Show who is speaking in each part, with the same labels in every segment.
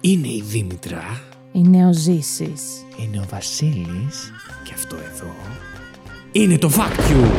Speaker 1: Είναι η Δήμητρα.
Speaker 2: Είναι ο Ζήσης.
Speaker 3: Είναι ο Βασίλης.
Speaker 1: Και αυτό εδώ. Είναι το Fact You.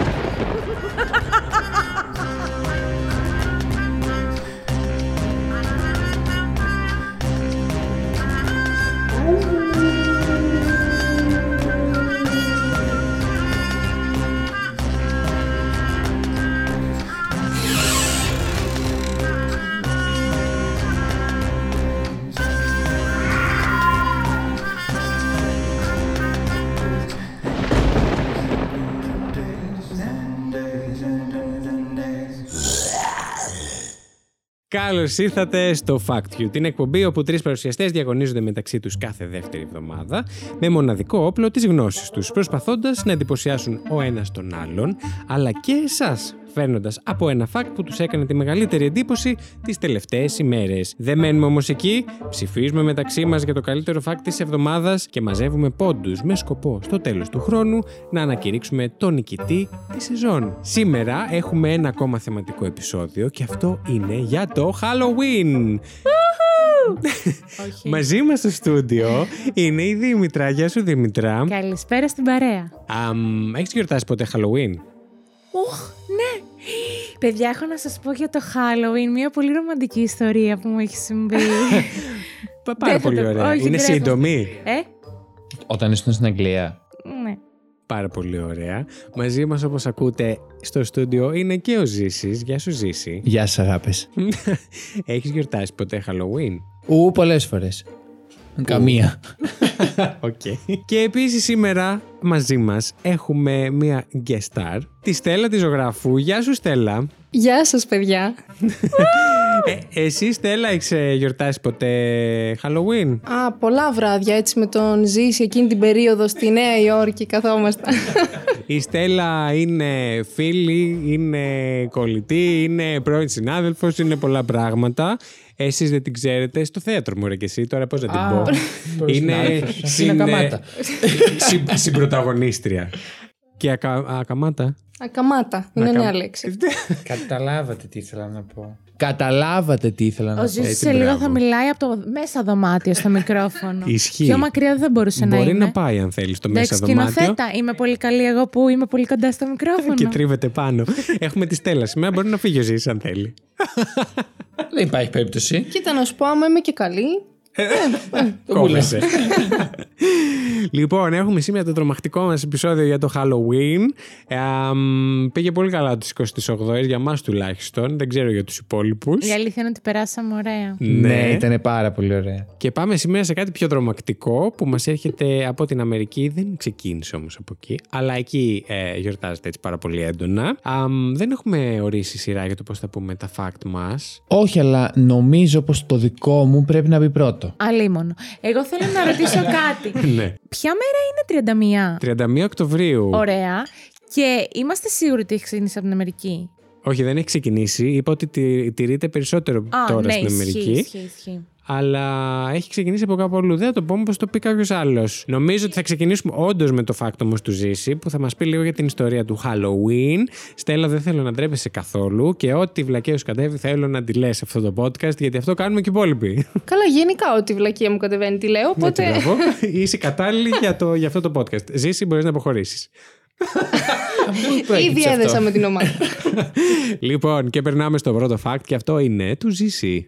Speaker 1: Καλώς ήρθατε στο Fact You, την εκπομπή όπου τρεις παρουσιαστές διαγωνίζονται μεταξύ τους κάθε δεύτερη εβδομάδα με μοναδικό όπλο τι γνώσει τους, προσπαθώντας να εντυπωσιάσουν ο ένας τον άλλον, αλλά και εσάς, φέρνοντα από ένα fact που τους έκανε τη μεγαλύτερη εντύπωση τις τελευταίες ημέρες. Δεν μένουμε όμως εκεί, ψηφίζουμε μεταξύ μας για το καλύτερο fact της εβδομάδας και μαζεύουμε πόντους με σκοπό στο τέλος του χρόνου να ανακηρύξουμε τον νικητή της σεζόν. Σήμερα έχουμε ένα ακόμα θεματικό επεισόδιο και αυτό είναι για το Halloween.
Speaker 2: Όχι.
Speaker 1: Μαζί μας στο στούντιο είναι η Δήμητρα. Γεια σου Δήμητρα.
Speaker 2: Καλησπέρα στην παρέα.
Speaker 1: Αμ, έχεις γιορτάσει ποτέ Halloween.
Speaker 2: Ουχ, ναι. Παιδιά, έχω να σας πω για το Halloween, μια πολύ ρομαντική ιστορία που μου έχει συμβεί.
Speaker 1: Πα- Πάρα
Speaker 2: Δεν θα
Speaker 1: πολύ
Speaker 2: το-
Speaker 1: ωραία.
Speaker 2: όχι,
Speaker 1: είναι
Speaker 2: ντρέπομαι.
Speaker 1: σύντομη.
Speaker 2: ε,
Speaker 3: Όταν ήσουν στην Αγγλία.
Speaker 2: ναι.
Speaker 1: Πάρα πολύ ωραία. Μαζί μας όπως ακούτε στο στούντιο είναι και ο Ζήσης. Γεια σου Ζήση.
Speaker 3: Γεια σας αγάπες.
Speaker 1: έχεις γιορτάσει ποτέ Halloween.
Speaker 3: Ου, πολλές φορές. Καμία.
Speaker 1: Και επίσης σήμερα μαζί μας έχουμε μία guest star, τη Στέλλα τη ζωγράφου. Γεια σου Στέλλα.
Speaker 4: Γεια σας παιδιά.
Speaker 1: Ε, εσύ Στέλλα έχεις ε, γιορτάσει ποτέ Halloween.
Speaker 4: Α, πολλά βράδια έτσι με τον Ζήση εκείνη την περίοδο στη Νέα Υόρκη καθόμασταν.
Speaker 1: Η Στέλλα είναι φίλη, είναι κολλητή, είναι πρώην συνάδελφος, είναι πολλά πράγματα. Εσείς δεν την ξέρετε στο θέατρο μου, ρε και εσύ. Τώρα πώς να την πω. Είναι
Speaker 3: συνάδελφος.
Speaker 1: συν-
Speaker 3: Ακαμάτα.
Speaker 1: συν- συμπροταγωνίστρια. Και ακα- ακαμάτα.
Speaker 4: Ακαμάτα, είναι
Speaker 1: Ακα-
Speaker 4: νέα λέξη.
Speaker 5: Καταλάβατε τι ήθελα να πω.
Speaker 3: Καταλάβατε τι ήθελα
Speaker 2: Ο
Speaker 3: να πω.
Speaker 2: Ζήσης
Speaker 1: έτσι,
Speaker 2: σε λίγο
Speaker 1: μπράβο.
Speaker 2: θα μιλάει από το μέσα δωμάτιο στο μικρόφωνο.
Speaker 1: Ισχύει.
Speaker 2: Πιο μακριά δεν θα μπορούσε να
Speaker 1: Μπορεί
Speaker 2: είναι.
Speaker 1: να πάει αν θέλεις στο μέσα
Speaker 2: Ναι, Εντάξει,
Speaker 1: δωμάτιο.
Speaker 2: σκηνοθέτα, είμαι πολύ καλή εγώ που είμαι πολύ κοντά στο μικρόφωνο.
Speaker 1: Και τρίβεται πάνω. Έχουμε τη Στέλλα σήμερα. Μπορεί να φύγει ο Ζήσης αν θέλει.
Speaker 3: Δεν υπάρχει περίπτωση.
Speaker 4: Κοίτα να σου πω, άμα είμαι και καλή,
Speaker 1: Κόβεσαι. λοιπόν, έχουμε σήμερα το τρομακτικό μας επεισόδιο για το Halloween. Ε, αμ, πήγε πολύ καλά τις 28 για μας τουλάχιστον. Δεν ξέρω για τους υπόλοιπους.
Speaker 2: Η αλήθεια είναι ότι περάσαμε ωραία.
Speaker 3: Ναι, ήταν πάρα πολύ ωραία.
Speaker 1: Και πάμε σήμερα σε κάτι πιο τρομακτικό που μας έρχεται από την Αμερική. Δεν ξεκίνησε όμως από εκεί, αλλά εκεί ε, γιορτάζεται έτσι πάρα πολύ έντονα. Αμ, δεν έχουμε ορίσει σειρά για το πώς θα πούμε τα fact μας.
Speaker 3: Όχι, αλλά νομίζω πως το δικό μου πρέπει να μπει πρώτο.
Speaker 2: Αλίμονο. Εγώ θέλω να ρωτήσω κάτι.
Speaker 1: ναι.
Speaker 2: Ποια μέρα είναι 31?
Speaker 1: 31 Οκτωβρίου.
Speaker 2: Ωραία. Και είμαστε σίγουροι ότι έχει ξεκινήσει από την Αμερική.
Speaker 1: Όχι, δεν έχει ξεκινήσει. Είπα ότι τη- τηρείται περισσότερο
Speaker 2: Α,
Speaker 1: τώρα
Speaker 2: ναι,
Speaker 1: στην
Speaker 2: ισχύει,
Speaker 1: Αμερική.
Speaker 2: Ισχύει, ισχύει.
Speaker 1: αλλά έχει ξεκινήσει από κάπου αλλού. Δεν θα το πω, μήπως το πει κάποιος άλλος. Νομίζω ότι θα ξεκινήσουμε όντως με το φάκτο όμω του Ζήση, που θα μας πει λίγο για την ιστορία του Halloween. Στέλλα, δεν θέλω να ντρέπεσαι καθόλου και ό,τι βλακέω σου κατέβει θέλω να τη λες αυτό το podcast, γιατί αυτό κάνουμε και οι υπόλοιποι.
Speaker 4: καλά γενικά ό,τι βλακία μου κατεβαίνει τη λέω,
Speaker 1: Έτσι,
Speaker 4: οπότε
Speaker 1: μπράβο. Είσαι κατάλληλη για, το, για αυτό το podcast. Ζήση, μπορείς να αποχωρήσεις.
Speaker 4: ήδη έδεσα με την ομάδα.
Speaker 1: λοιπόν, και περνάμε στο πρώτο fact και αυτό είναι του Ζήση.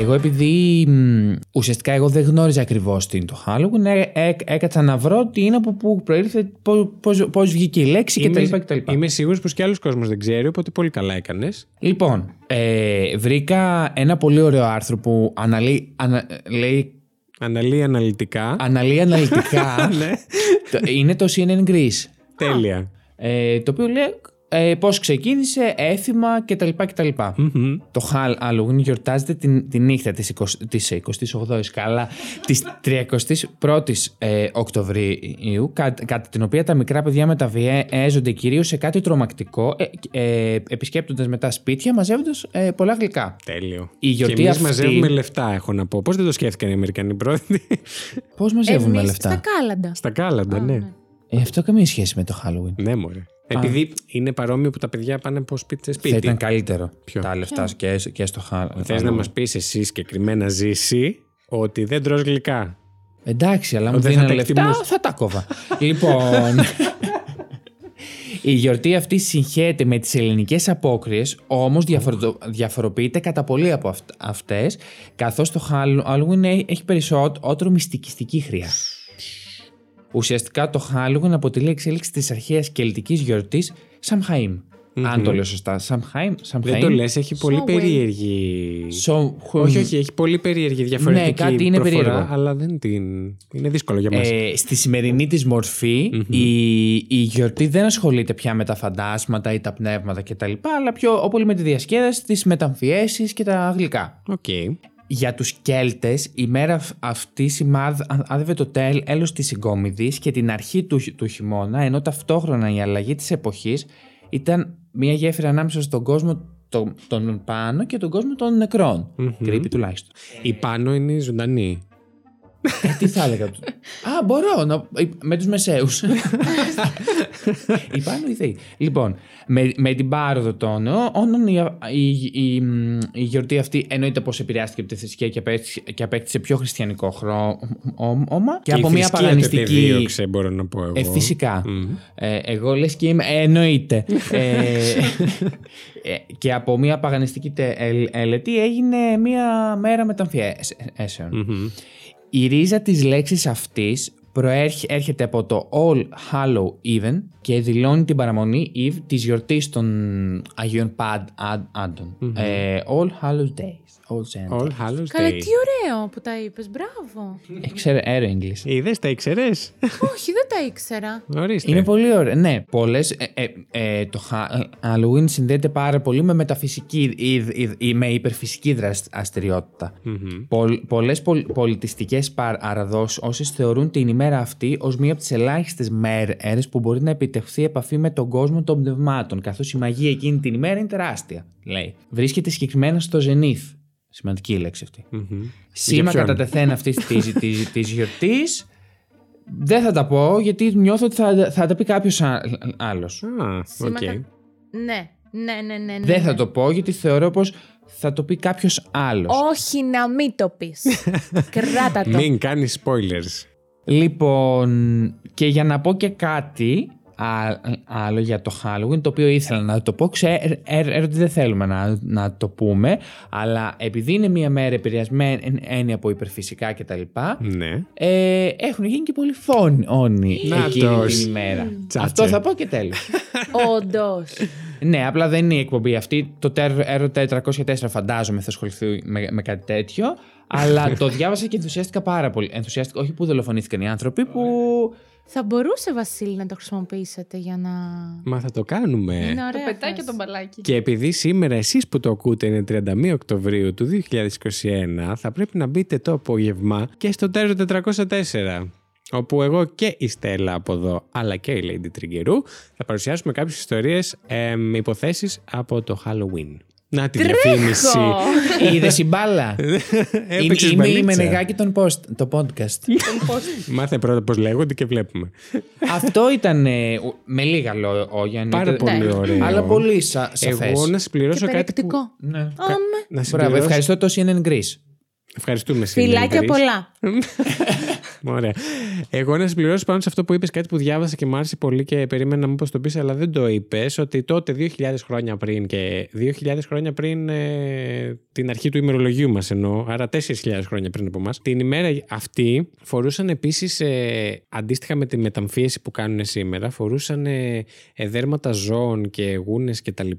Speaker 3: Εγώ επειδή μ, ουσιαστικά εγώ δεν γνώριζα ακριβώς τι είναι το Halloween, ε, ε, έκατσα να βρω τι είναι από πού προήλθε, πώς, πώς, πώς βγήκε η λέξη κτλ. κτλ.
Speaker 1: είμαι σίγουρος πως και άλλος κόσμος δεν ξέρει, οπότε πολύ καλά έκανες.
Speaker 3: Λοιπόν, ε, βρήκα ένα πολύ ωραίο άρθρο που αναλύει, ανα, λέει,
Speaker 1: Αναλύει αναλυτικά.
Speaker 3: αναλύει αναλυτικά. Το- είναι το CNN Greece.
Speaker 1: Τέλεια.
Speaker 3: Ε, το οποίο λέει ε, πώς ξεκίνησε, έθιμα κτλ. κτλ.
Speaker 1: Μμμ.
Speaker 3: Το Hall- Halloween γιορτάζεται την, τη νύχτα της, 20, της 28ης, καλά, της 31ης ε, Οκτωβρίου, κα- κατά την οποία τα μικρά παιδιά μεταβιέζονται κυρίως σε κάτι τρομακτικό, ε, ε, επισκέπτοντας μετά σπίτια, μαζεύοντας ε, πολλά γλυκά.
Speaker 1: Τέλειο.
Speaker 3: Η γιορτή
Speaker 1: και εμείς
Speaker 3: αυτή-
Speaker 1: μαζεύουμε λεφτά, έχω να πω. Πώς δεν το σκέφτηκαν οι Αμερικανοί πρόεδροι.
Speaker 3: Πώς μαζεύουμε
Speaker 2: Εμείς
Speaker 3: λεφτά.
Speaker 2: Στα Ε, ναι, κάλαντα.
Speaker 1: Στα κάλαντα, ναι.
Speaker 3: Ε, αυτό καμία σχέση με το Halloween.
Speaker 1: Ναι, μωρέ. Επειδή είναι παρόμοιο που τα παιδιά πάνε από σπίτι σε
Speaker 3: Θα
Speaker 1: σπίτι.
Speaker 3: ήταν καλύτερο
Speaker 1: Ποιο?
Speaker 3: τα λεφτά και, και στο Halloween.
Speaker 1: Θες να μας πεις εσύ συγκεκριμένα ζήσει ότι δεν τρως γλυκά.
Speaker 3: Εντάξει, αλλά μου
Speaker 1: Δεν θα
Speaker 3: δίνανε
Speaker 1: τα
Speaker 3: λεφτά,
Speaker 1: εκτιμούσα.
Speaker 3: θα τα κόβα. λοιπόν, η γιορτή αυτή συγχέεται με τις ελληνικές απόκριες, όμως διαφορετο- διαφοροποιείται κατά πολύ από αυτ- αυτές, καθώς το Hall- Halloween έ- έχει περισσότερο μυστικιστική χρειά. Ουσιαστικά το Halloween αποτελεί εξέλιξη της αρχαίας κελτικής γιορτής Samhain. Αν το λέω σωστά. Samhain, Samhain.
Speaker 1: Δεν το λες, έχει πολύ
Speaker 4: Somewhere.
Speaker 1: περίεργη.
Speaker 3: So-
Speaker 1: Όχι, όχι, έχει πολύ περίεργη διαφορετική
Speaker 3: Ναι, κάτι είναι
Speaker 1: προφορά,
Speaker 3: περίεργο.
Speaker 1: αλλά δεν την... είναι δύσκολο για μας.
Speaker 3: Ε, στη σημερινή της μορφη η, η γιορτή δεν ασχολείται πια με τα φαντάσματα ή τα πνεύματα κτλ. Αλλά πιο πολύ με τη διασκέδαση, τις μεταμφιέσεις και τα γλυκά.
Speaker 1: Οκ.
Speaker 3: Για τους Κέλτες η μέρα αυ- αυτή σημάδευε το τέλ, έλος της συγκόμιδης και την αρχή του, χι- του χειμώνα ενώ ταυτόχρονα η αλλαγή της εποχής ήταν μια γέφυρα ανάμεσα στον κόσμο των, των πάνω και τον κόσμο των νεκρων Creepy τουλάχιστον.
Speaker 1: Η πάνω είναι η ζωντανή.
Speaker 3: Ε, τι θα έλεγα. τους. Α, μπορώ. Να... Με τους μεσαίους. Υπάρχουν οι θεοί. Λοιπόν, με, με την πάροδο των αιώνων, η, η, η, μ, η γιορτή αυτή εννοείται πως επηρεάστηκε από τη θρησκεία και απέκτησε, και απέκτησε πιο χριστιανικό χρώμα. Και,
Speaker 1: η
Speaker 3: από μια
Speaker 1: θρησκεία το
Speaker 3: παγανιστική.
Speaker 1: επεδίωξε, μπορώ να πω εγώ.
Speaker 3: Ε, φυσικα Ε, εγώ λες και είμαι... ε, εννοείται. ε, ε, και από μια παγανιστική τελετή ε, έγινε μια μέρα μεταμφιέσεων.
Speaker 1: Μμμ.
Speaker 3: Η ρίζα της λέξης αυτής προέρχε- έρχεται από το All Hallow Even και δηλώνει την παραμονή Eve της γιορτής των Αγίων Πάντ- Αν- Άντων. Ε, All Hallows Days. All Saints.
Speaker 1: All Hallows
Speaker 2: Καλά,
Speaker 1: Day.
Speaker 2: τι ωραίο που τα είπες. Μπράβο.
Speaker 3: Ε, Ξέρω, έρω English.
Speaker 1: Είδες, τα ήξερες.
Speaker 2: Όχι, δεν τα ήξερα.
Speaker 1: Ορίστε.
Speaker 3: Είναι πολύ ωραίο. Ναι, πολλές. Ε, ε, ε, το Χα- Halloween συνδέεται πάρα πολύ με μεταφυσική ή, ή- ή με υπερφυσική δραστηριότητα.
Speaker 1: Μμμ.
Speaker 3: Πολλές πολ, πολιτιστικές παραδόσει θεωρούν την ημέρα αυτή ως μία από τις ελάχιστες μέρες που μπορεί να επιτευχθεί επαφή με τον κόσμο των πνευμάτων, καθώς η μαγεία εκείνη την ημέρα είναι τεράστια, λέει. Βρίσκεται συγκεκριμένα στο Ζενήθ. Σημαντική η λέξη αυτή.
Speaker 1: Μμμ.
Speaker 3: Σήμα
Speaker 1: ποιον?
Speaker 3: κατά τεθέν αυτής της της, της γιορτής δεν θα τα πω γιατί νιώθω ότι θα, θα τα πει κάποιος άλλος.
Speaker 1: Α, οκ.
Speaker 2: Σήματα- Ναι, ναι, ναι, ναι. ναι,
Speaker 3: Δεν θα
Speaker 2: ναι.
Speaker 3: το πω γιατί θεωρώ πως θα το πει κάποιος άλλος.
Speaker 2: Όχι να μην το πεις. Κράτα το.
Speaker 1: Μην κάνεις spoilers.
Speaker 3: Λοιπόν, και για να πω και κάτι α- άλλο για το Halloween, το οποίο ήθελα να το πω, ξέρω ε, ότι δεν θέλουμε να, να το πούμε, αλλά επειδή είναι μια μέρα επηρεασμένη από υπερφυσικά κτλ.
Speaker 1: Ναι.
Speaker 3: Ε, έχουν γίνει και πολλοί φόνοι
Speaker 1: Να
Speaker 3: εκείνη
Speaker 1: τος.
Speaker 3: την ημέρα.
Speaker 1: Τσάτσε.
Speaker 3: Αυτό θα πω και τέλος.
Speaker 2: Όντως.
Speaker 3: ναι, απλά δεν είναι η εκπομπή αυτή. Το Terror 404 φαντάζομαι θα ασχοληθεί με, με κάτι τέτοιο. αλλά το διάβασα και ενθουσιάστηκα πάρα πολύ. Ενθουσιάστηκα, όχι που δολοφονήθηκαν οι άνθρωποι, που.
Speaker 2: θα μπορούσε, Βασίλη, να το χρησιμοποιήσετε για να.
Speaker 1: Μα θα το κάνουμε.
Speaker 2: Είναι
Speaker 4: Το
Speaker 2: ωραία.
Speaker 4: πετάει και
Speaker 2: φάση.
Speaker 4: τον μπαλάκι.
Speaker 1: Και επειδή σήμερα εσείς που το ακούτε είναι 31 Οκτωβρίου του 2021, θα πρέπει να μπείτε το απόγευμα και στο Τέζο 404, όπου εγώ και η Στέλλα από εδώ, αλλά και η Lady Τριγκερού, θα παρουσιάσουμε κάποιες ιστορίες, εμ, υποθέσεις από το Halloween. Να τη διαφήμιση.
Speaker 3: Είδες η μπάλα.
Speaker 1: Έπαιξες
Speaker 3: είμαι η
Speaker 1: μπαλίτσα.
Speaker 3: μενεγάκι των post, το podcast.
Speaker 1: Μάθε πρώτα πώς λέγονται και
Speaker 2: Ναι,
Speaker 1: βλέπουμε.
Speaker 3: Αυτό ήταν ε, με λίγα λόγια.
Speaker 1: Πάρα
Speaker 3: ήταν-
Speaker 1: πολύ
Speaker 2: Ναι.
Speaker 1: ωραίο.
Speaker 3: Αλλά πολύ σα, σαφές.
Speaker 1: Εγώ να
Speaker 2: Και
Speaker 1: συμπληρώσω κάτι που...
Speaker 2: περιεκτικό.
Speaker 3: Ναι.
Speaker 2: Άμε.
Speaker 1: Να
Speaker 3: Μπράβο,
Speaker 1: συμπληρώσω...
Speaker 3: ευχαριστώ το CNN Greece.
Speaker 1: Ευχαριστούμε
Speaker 2: Φιλάκια
Speaker 1: συνεδρίαση.
Speaker 2: πολλά.
Speaker 1: Ωραία. Εγώ να συμπληρώσω πάνω σε αυτό που είπες, κάτι που διάβασα και μου άρεσε πολύ και περίμενα να μου πω το πεις, αλλά δεν το είπες, ότι τότε 2.000 χρόνια πριν και 2.000 χρόνια πριν ε, την αρχή του ημερολογίου μας εννοώ, άρα 4.000 χρόνια πριν από εμάς, την ημέρα αυτή φορούσαν επίσης, ε, αντίστοιχα με τη μεταμφίεση που κάνουν σήμερα, φορούσαν ε, ε, δέρματα ζώων και γούνες κτλ.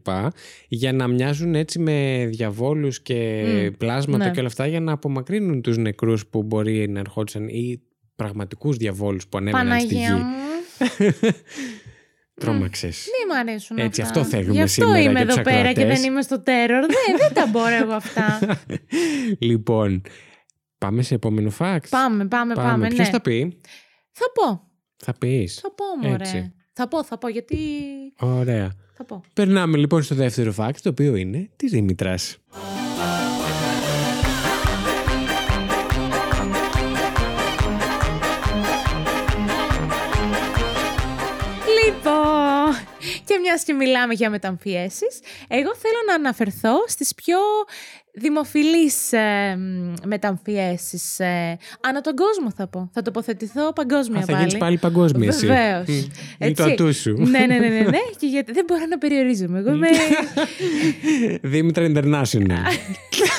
Speaker 1: για να μοιάζουν έτσι με διαβόλους και
Speaker 2: Μμμ.
Speaker 1: πλάσματα
Speaker 2: Ναι.
Speaker 1: και όλα αυτά για να απομακρύνουν τους νεκρούς που μπορεί να ερχόντουσαν ή πραγματικούς διαβόλους που ανέβαιναν
Speaker 2: Παναγία
Speaker 1: στη γη.
Speaker 2: μου.
Speaker 1: Τρόμαξες.
Speaker 2: Δεν μ' αρέσουν
Speaker 1: Έτσι,
Speaker 2: αυτά.
Speaker 1: αυτό θέλουμε
Speaker 2: Γι' αυτό
Speaker 1: σήμερα
Speaker 2: είμαι
Speaker 1: για τους
Speaker 2: εδώ πέρα και
Speaker 1: ακροατές.
Speaker 2: δεν είμαι στο τέρορ. Δεν, δεν τα μπορώ εγώ αυτά.
Speaker 1: λοιπόν, πάμε σε επόμενο fact.
Speaker 2: πάμε, πάμε, πάμε.
Speaker 1: Ποιος
Speaker 2: ναι.
Speaker 1: θα πει.
Speaker 2: θα πω.
Speaker 1: Θα πεις.
Speaker 2: Θα πω, μωρέ.
Speaker 1: Έτσι.
Speaker 2: Θα πω, θα πω, γιατί.
Speaker 1: Ωραία.
Speaker 2: Θα πω.
Speaker 1: Περνάμε λοιπόν στο δεύτερο fact, το οποίο είναι της Δήμητρας.
Speaker 2: Λοιπόν, Και μιας και μιλάμε για μεταμφιέσεις, εγώ θέλω να αναφερθώ στις πιο δημοφιλείς ε, μεταμφιέσεις ε, ανά τον κόσμο, θα πω. Θα τοποθετηθώ παγκόσμια
Speaker 1: Α, θα
Speaker 2: πάλι.
Speaker 1: γίνεις πάλι παγκόσμια εσύ.
Speaker 2: Βεβαίως.
Speaker 1: Μμ. Είναι το ατού σου.
Speaker 2: Ναι, ναι, ναι, ναι, ναι. Και γιατί δεν μπορώ να περιορίζομαι. Εγώ είμαι.
Speaker 1: Δήμητρα International.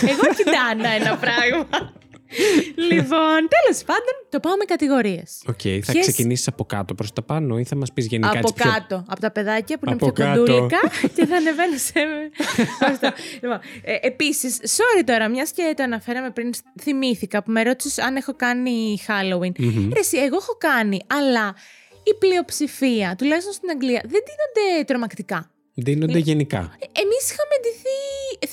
Speaker 2: Εγώ κοιτάνα ένα πράγμα. λοιπόν, τέλος πάντων, το πάω με κατηγορίες.
Speaker 1: Οκ, θα
Speaker 2: Ποιες-
Speaker 1: ξεκινήσεις από κάτω προς τα πάνω ή θα μας πεις γενικά
Speaker 2: Από
Speaker 1: τις πιο-
Speaker 2: κάτω, από τα παιδάκια που είναι
Speaker 1: Από
Speaker 2: πιο
Speaker 1: κάτω.
Speaker 2: κοντούλικα και θα ανεβαίνω σε. Αυτό. λοιπόν, ε, Επίσης, sorry τώρα, μιας και το αναφέραμε πριν, θυμήθηκα που με ρώτησες αν έχω κάνει Halloween. Ρε, εσύ, εγώ έχω κάνει, αλλά η πλειοψηφία, τουλάχιστον στην Αγγλία, δεν δίνονται τρομακτικά.
Speaker 1: Δίνονται
Speaker 2: ναι.
Speaker 1: γενικά.
Speaker 2: Εμείς είχαμε ντυθεί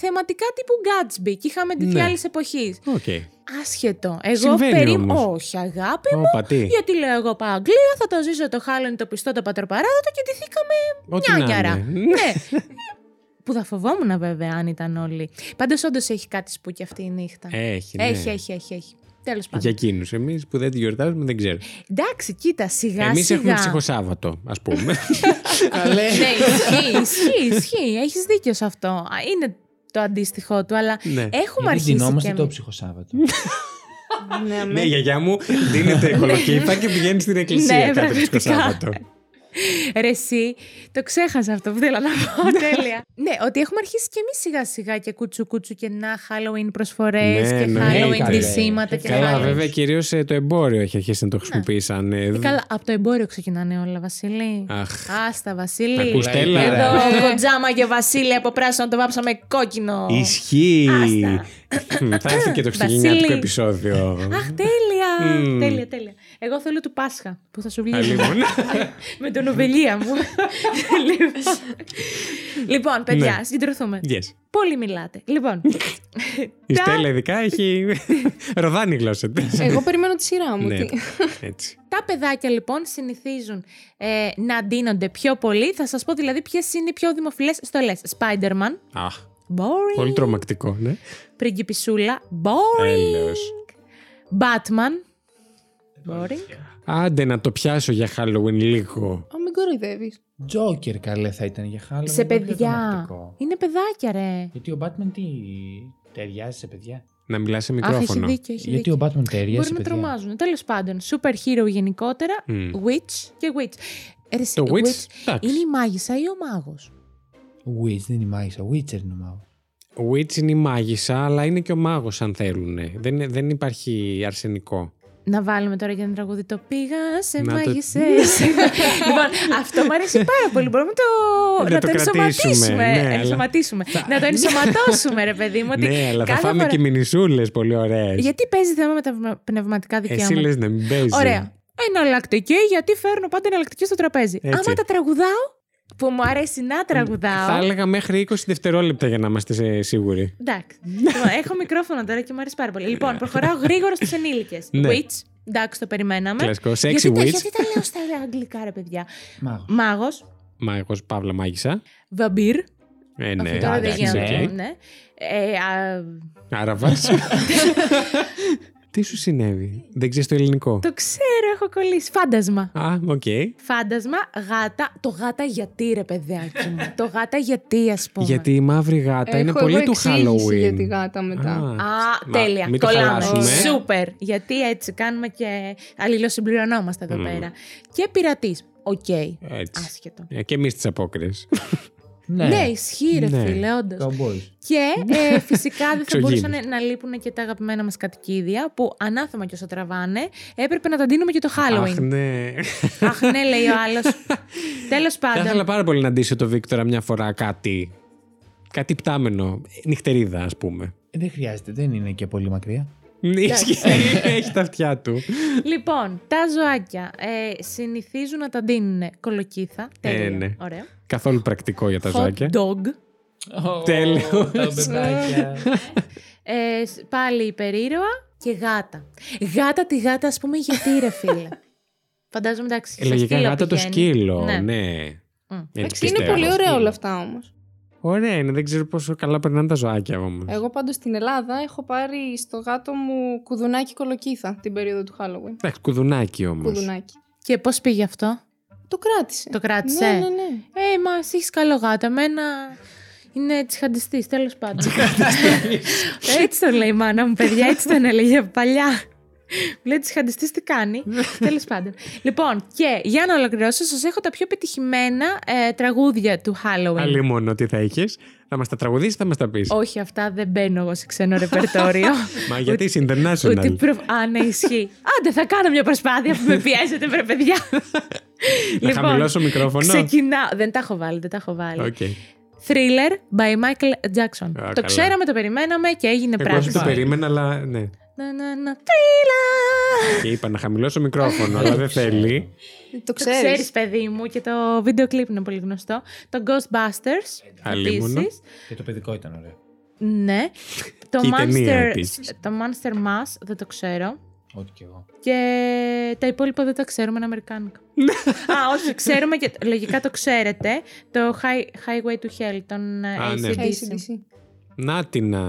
Speaker 2: θεματικά τύπου Gatsby και είχαμε ντυθεί
Speaker 1: Ναι.
Speaker 2: ναι. άλλη εποχή.
Speaker 1: Οκ.
Speaker 2: Άσχετο. Εγώ
Speaker 1: Συμβαίνει
Speaker 2: περίμενα.
Speaker 1: όμως.
Speaker 2: Όχι, αγάπη μου.
Speaker 1: Όπα, τι.
Speaker 2: Γιατί λέω εγώ πάω Αγγλία, θα το ζήσω το Halloween, το πιστό, το πατροπαράδοτο και ντυθήκαμε
Speaker 1: Ό,τι να
Speaker 2: νιάνιαρα.
Speaker 1: είναι.
Speaker 2: ναι. Που θα φοβόμουν βέβαια αν ήταν όλοι. Πάντως όντως έχει κάτι σπούκι αυτή η νύχτα.
Speaker 1: Έχει, ναι.
Speaker 2: έχει, έχει, έχει. έχει. Τέλος πάντων.
Speaker 1: Για εκείνους. Εμείς που δεν τη γιορτάζουμε δεν ξέρουμε.
Speaker 2: Εντάξει, κοίτα, σιγά
Speaker 1: Εμείς
Speaker 2: σιγά.
Speaker 1: έχουμε ψυχοσάββατο, ας πούμε.
Speaker 3: Καλέ.
Speaker 2: Ναι, ισχύει, ισχύει, ισχύει. Έχεις δίκιο σε αυτό. Α, Είναι το αντίστοιχό του, αλλά
Speaker 1: Ναι.
Speaker 2: έχουμε
Speaker 3: Γιατί
Speaker 2: αρχίσει.
Speaker 3: γινόμαστε
Speaker 2: και
Speaker 3: το
Speaker 2: εμείς.
Speaker 3: ψυχοσάββατο.
Speaker 4: Ναι,
Speaker 1: ναι, η γιαγιά μου δίνεται κολοκύθα και πηγαίνει στην εκκλησία
Speaker 2: Ναι,
Speaker 1: κάθε
Speaker 2: πραγματικά.
Speaker 1: ψυχοσάββατο.
Speaker 2: Ρε εσύ, το ξέχασα αυτό που θέλω να πω. Τέλεια. ναι, ότι έχουμε αρχίσει και εμείς σιγά σιγά και κούτσου κούτσου και να Halloween προσφορές
Speaker 1: Ναι,
Speaker 2: και
Speaker 1: ναι.
Speaker 3: Ναι,
Speaker 2: Halloween
Speaker 3: καλέ.
Speaker 2: ντυσίματα και
Speaker 1: Καλά,
Speaker 2: Halloween.
Speaker 1: βέβαια, κυρίως το εμπόριο έχει αρχίσει να το χρησιμοποιεί σαν. ε,
Speaker 2: Ε, Καλά, από το εμπόριο ξεκινάνε όλα, Βασίλη.
Speaker 1: Αχ.
Speaker 2: Άστα, Βασίλη.
Speaker 1: Ακούς, Στέλλα.
Speaker 2: Εδώ κοντζάμα και Βασίλη από πράσινο το βάψαμε κόκκινο.
Speaker 1: Ισχύει. Θα έρθει και το
Speaker 2: Βασίλη.
Speaker 1: χριστουγεννιάτικο επεισόδιο.
Speaker 2: Αχ, τέλεια!
Speaker 1: Μμμ.
Speaker 2: Τέλεια, τέλεια. Εγώ θέλω του Πάσχα που θα σου βγει.
Speaker 1: Αλλήμον.
Speaker 2: με τον οβελία μου. λοιπόν. λοιπόν, παιδιά,
Speaker 1: Ναι.
Speaker 2: συγκεντρωθούμε.
Speaker 1: Yes.
Speaker 2: Πολύ μιλάτε. Λοιπόν.
Speaker 1: Η
Speaker 2: τα-
Speaker 1: Στέλλα ειδικά έχει ροδάνη γλώσσα της.
Speaker 4: Εγώ περιμένω τη σειρά μου.
Speaker 1: Ναι,
Speaker 4: τι-
Speaker 1: έτσι.
Speaker 2: Τα παιδάκια λοιπόν συνηθίζουν ε, να ντύνονται πιο πολύ. Θα σας πω δηλαδή ποιες είναι οι πιο δημοφιλές στολές. Spider-Man.
Speaker 1: Αχ,
Speaker 2: Boring.
Speaker 1: πολύ Ε. τρομακτικό, ναι.
Speaker 2: Πριγκιπισούλα. Boring.
Speaker 1: Έλεος.
Speaker 2: Batman.
Speaker 3: Ε,
Speaker 2: Boring.
Speaker 1: Άντε να το πιάσω για Halloween λίγο.
Speaker 4: Α, μην κοροϊδεύεις.
Speaker 3: Τζόκερ καλέ θα ήταν για χάλα.
Speaker 2: Σε παιδιά. Είναι παιδάκια, ρε.
Speaker 3: Γιατί ο Batman τι ταιριάζει σε παιδιά.
Speaker 1: Να μιλάς σε
Speaker 2: Αχ, έχει
Speaker 1: μικρόφωνο.
Speaker 2: δίκιο, έχει
Speaker 3: Γιατί
Speaker 2: δίκιο.
Speaker 3: ο Batman ταιριάζει
Speaker 2: Μπορεί
Speaker 3: σε
Speaker 2: να
Speaker 3: παιδιά.
Speaker 2: τρομάζουν. Τέλος πάντων, super hero γενικότερα,
Speaker 1: Μμ.
Speaker 2: witch και witch. Ε, ρε, εσύ,
Speaker 1: Mm. Το Witch, εντάξει.
Speaker 2: είναι η μάγισσα ή ο μάγος.
Speaker 3: Witch δεν είναι η μάγισσα, Witcher είναι ο μάγος.
Speaker 1: Ο Witch είναι η μάγισσα, αλλά είναι και ο μάγος αν θέλουν. Δεν, είναι- δεν υπάρχει αρσενικό.
Speaker 2: Να βάλουμε τώρα για ένα τραγούδι το πήγα, σε
Speaker 1: Να το-
Speaker 2: μάγισσες. λοιπόν, αυτό μου αρέσει πάρα πολύ. Μπορούμε το,
Speaker 1: Να
Speaker 2: να
Speaker 1: το
Speaker 2: το,
Speaker 1: κρατήσουμε,
Speaker 2: ενσωματίσουμε.
Speaker 1: ναι, αλλά-
Speaker 2: ενσωματίσουμε. να το ενσωματώσουμε, ρε παιδί μου. ότι
Speaker 1: ναι, αλλά θα
Speaker 2: κάθε
Speaker 1: φάμε
Speaker 2: φορά-
Speaker 1: και μινισούλες πολύ ωραίες.
Speaker 2: Γιατί παίζει θέμα με τα πνευματικά δικαιώματα.
Speaker 1: Εσύ λες να μην παίζει.
Speaker 2: Ωραία. Εναλλακτική, γιατί φέρνω πάντα εναλλακτική στο τραπέζι.
Speaker 1: Έτσι.
Speaker 2: Άμα τα τραγουδάω, που μου αρέσει να τραγουδάω.
Speaker 1: Θα έλεγα μέχρι 20 δευτερόλεπτα για να είμαστε ε, σίγουροι.
Speaker 2: Εντάξει. Λοιπόν, έχω μικρόφωνο τώρα και μου αρέσει πάρα πολύ. Λοιπόν, προχωράω γρήγορα στους ενήλικες.
Speaker 1: Ναι.
Speaker 2: Witch. Εντάξει, το περιμέναμε.
Speaker 1: Κλασικό.
Speaker 2: γιατί,
Speaker 1: Sexy
Speaker 2: τα-
Speaker 1: witch.
Speaker 2: γιατί τα λέω στα αγγλικά, ρε παιδιά.
Speaker 3: Μάγος.
Speaker 2: Μάγος.
Speaker 1: Μάγος, Παύλα, μάγισσα.
Speaker 2: Βαμπύρ.
Speaker 1: Ε, ναι,
Speaker 2: Αυτό τώρα δεν
Speaker 1: εντάξει,
Speaker 2: γίνεται.
Speaker 1: οκ.
Speaker 2: Ναι. Ε, α,
Speaker 1: Άραβας. Τι σου συνέβη, δεν ξέρεις το ελληνικό.
Speaker 2: το ξέρω, έχω κολλήσει. Φάντασμα.
Speaker 1: Α, οκ.
Speaker 2: Φάντασμα, γάτα. Το γάτα γιατί, ρε παιδάκι μου. το γάτα γιατί, ας πούμε.
Speaker 1: Γιατί η μαύρη γάτα είναι
Speaker 4: Έχω
Speaker 1: πολύ
Speaker 4: εγώ
Speaker 1: του
Speaker 4: εξήγηση
Speaker 1: Halloween.
Speaker 4: για τη γάτα μετά.
Speaker 2: Α,
Speaker 1: μα,
Speaker 2: τέλεια.
Speaker 1: Μην το
Speaker 2: Κολλάμε.
Speaker 1: χαλάσουμε.
Speaker 4: Σου-
Speaker 2: Σούπερ. Γιατί έτσι κάνουμε και αλληλοσυμπληρωνόμαστε εδώ
Speaker 1: Μμμ.
Speaker 2: πέρα. Και πειρατής. Οκ.
Speaker 1: Έτσι.
Speaker 2: Άσχετο.
Speaker 1: Ε, Και εμείς τις απόκριες.
Speaker 2: Ναι, ισχύει, ρε
Speaker 1: Ναι.
Speaker 2: φίλε, όντως.
Speaker 3: Cowboys.
Speaker 2: Και ε, φυσικά δεν θα
Speaker 1: Εξωγήινη.
Speaker 2: μπορούσαν να λείπουν και τα αγαπημένα μας κατοικίδια που ανάθεμα και όσο τραβάνε έπρεπε να τα δίνουμε και το
Speaker 1: Αχ,
Speaker 2: Halloween.
Speaker 1: ναι.
Speaker 2: Αχ, ναι, λέει ο άλλος. Τέλος
Speaker 1: Θα ήθελα
Speaker 2: πάντων.
Speaker 1: πάρα πολύ να ντύσω το Βίκτορα μια φορά κάτι. Κάτι πτάμενο. Νυχτερίδα, ας πούμε.
Speaker 3: Ε, Δεν χρειάζεται, δεν είναι και πολύ μακριά.
Speaker 2: Ναι.
Speaker 1: Ισχύει, Έχει τα αυτιά του.
Speaker 2: λοιπόν, τα ζωάκια ε, συνηθίζουν να τα δίνουν κολοκύθα. Τέλεια.
Speaker 1: ναι.
Speaker 2: Ωραία.
Speaker 1: Καθόλου πρακτικό για τα ζωάκια.
Speaker 2: Hot dog.
Speaker 1: Τέλειος.
Speaker 3: Τα μπεμπάκια.
Speaker 2: Ε, σ- πάλι υπερήρωα και γάτα. Γάτα τη γάτα, ας πούμε, γιατί ρε φίλε. Φαντάζομαι εντάξει.
Speaker 1: Ε,
Speaker 2: στο
Speaker 1: Λογικά
Speaker 2: σκύλο
Speaker 1: γάτα το
Speaker 2: πηγαίνει.
Speaker 1: σκύλο.
Speaker 2: Ναι.
Speaker 1: Ναι.
Speaker 2: Μμ.
Speaker 1: Έτσι
Speaker 4: Εντάξει, είναι
Speaker 1: πιστεύω.
Speaker 4: πολύ ωραία όλα αυτά όμως.
Speaker 1: Ωραία είναι, δεν ξέρω πόσο καλά περνάνε τα ζωάκια όμως.
Speaker 4: Εγώ πάντως στην Ελλάδα έχω πάρει στο γάτο μου κουδουνάκι κολοκύθα την περίοδο του Halloween.
Speaker 1: Εντάξει, κουδουνάκι όμως.
Speaker 4: Κουδουνάκι.
Speaker 2: Και πώς πήγε αυτό.
Speaker 4: Το κράτησε.
Speaker 2: Το κράτησε.
Speaker 4: Ναι, ναι, ναι.
Speaker 2: Ε, μας εσύ έχεις καλό γάτο. Εμένα είναι τσιχαντιστής, τέλος πάντων. έτσι τον λέει η μάνα μου, παιδιά, έτσι τον έλεγε από παλιά. Μου λέει τσιχαντιστή τι κάνει. τέλος πάντων. Λοιπόν, και για να ολοκληρώσω, σας έχω τα πιο πετυχημένα ε, τραγούδια του Halloween.
Speaker 1: Αλλή μόνο τι θα είχες. Θα μας τα τραγουδήσει, θα μας τα πεις.
Speaker 2: Όχι, αυτά δεν μπαίνω εγώ σε ξένο ρεπερτόριο.
Speaker 1: Μα γιατί είσαι international.
Speaker 2: Ούτε προ... Α, ναι, ισχύει. Άντε, θα κάνω μια προσπάθεια που με πιέζετε, βρε παιδιά. λοιπόν,
Speaker 1: Να χαμηλώσω μικρόφωνο.
Speaker 2: Ξεκινάω. Δεν τα έχω βάλει, δεν τα έχω βάλει.
Speaker 1: Οκ.
Speaker 2: Thriller by Michael Jackson.
Speaker 1: Α,
Speaker 2: το
Speaker 1: καλά.
Speaker 2: ξέραμε, το περιμέναμε και έγινε
Speaker 1: Εγώ
Speaker 2: πράξη.
Speaker 1: όχι το περίμενα, αλλά ναι.
Speaker 2: Να, να, να. Thriller!
Speaker 1: Και είπα να χαμηλώσω μικρόφωνο, αλλά δεν θέλει.
Speaker 4: Το
Speaker 2: Το
Speaker 4: ξέρεις.
Speaker 2: ξέρεις, παιδί μου, και το βίντεο κλιπ είναι πολύ γνωστό. Το Ghostbusters.
Speaker 1: Αλίμονο.
Speaker 2: επίσης.
Speaker 5: Και το παιδικό ήταν ωραίο.
Speaker 2: Ναι. το,
Speaker 1: Και η ταινία
Speaker 2: Monster,
Speaker 1: επίσης.
Speaker 2: το Monster Mass δεν το ξέρω.
Speaker 5: Ό,τι κι εγώ.
Speaker 2: Και τα υπόλοιπα δεν τα ξέρουμε, είναι Αμερικάνικα.
Speaker 1: Ναι.
Speaker 2: Α, όχι, ξέρουμε και λογικά το ξέρετε. Το High, Highway to Hell, τον ε,
Speaker 1: Α, ναι.
Speaker 2: AC/DC.
Speaker 4: ACDC.
Speaker 1: Να την να.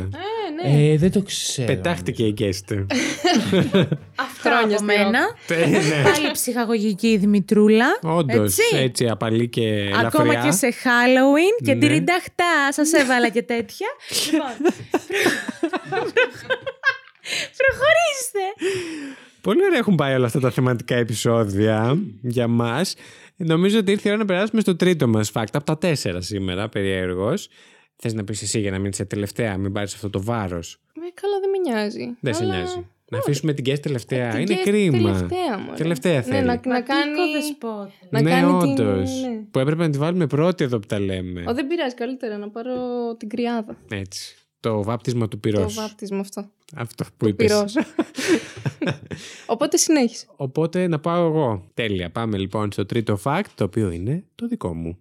Speaker 2: Ναι.
Speaker 3: Ε, δεν το ξέρω.
Speaker 1: Πετάχτηκε η guest.
Speaker 2: Αυτά
Speaker 4: Χρόνια
Speaker 2: από
Speaker 4: στη
Speaker 2: μένα.
Speaker 1: Τε, ναι.
Speaker 2: Πάλι ψυχαγωγική η Δημητρούλα.
Speaker 1: Όντως,
Speaker 2: Έτσι.
Speaker 1: έτσι απαλή και
Speaker 2: Ακόμα
Speaker 1: ελαφριά.
Speaker 2: και σε Halloween και
Speaker 1: Ναι.
Speaker 2: τυρινταχτά. Σας έβαλα και τέτοια. λοιπόν. προ- Προχωρήστε.
Speaker 1: Πολύ ωραία έχουν πάει όλα αυτά τα θεματικά επεισόδια για μας. Νομίζω ότι ήρθε η ώρα να περάσουμε στο τρίτο μας fact. Από τα τέσσερα σήμερα, περίεργος. Θες να πεις εσύ για να μην είσαι τελευταία, μην πάρεις αυτό το βάρος.
Speaker 4: Ε, Καλά, δεν με νοιάζει.
Speaker 1: Δεν σε
Speaker 4: Αλλά-
Speaker 1: νοιάζει. Να αφήσουμε την guest τελευταία.
Speaker 4: Την
Speaker 1: Είναι
Speaker 4: guest
Speaker 1: κρίμα.
Speaker 4: Τελευταία, μωρέ.
Speaker 1: Τελευταία
Speaker 4: Ναι,
Speaker 1: θέλει.
Speaker 4: να, να κάνει. να
Speaker 1: ναι,
Speaker 4: κάνει την-
Speaker 1: όντως.
Speaker 4: ναι.
Speaker 1: Που έπρεπε να τη βάλουμε πρώτη εδώ που τα λέμε.
Speaker 4: Ω, δεν πειράζει καλύτερα να πάρω την κρυάδα.
Speaker 1: Έτσι. Το βάπτισμα του πυρό.
Speaker 4: Το βάπτισμα αυτό.
Speaker 1: Αυτό που είπες.
Speaker 4: Πυρός. Οπότε συνέχισε.
Speaker 1: Οπότε να πάω εγώ. Τέλεια. Πάμε λοιπόν στο τρίτο fact, το οποίο είναι το δικό μου.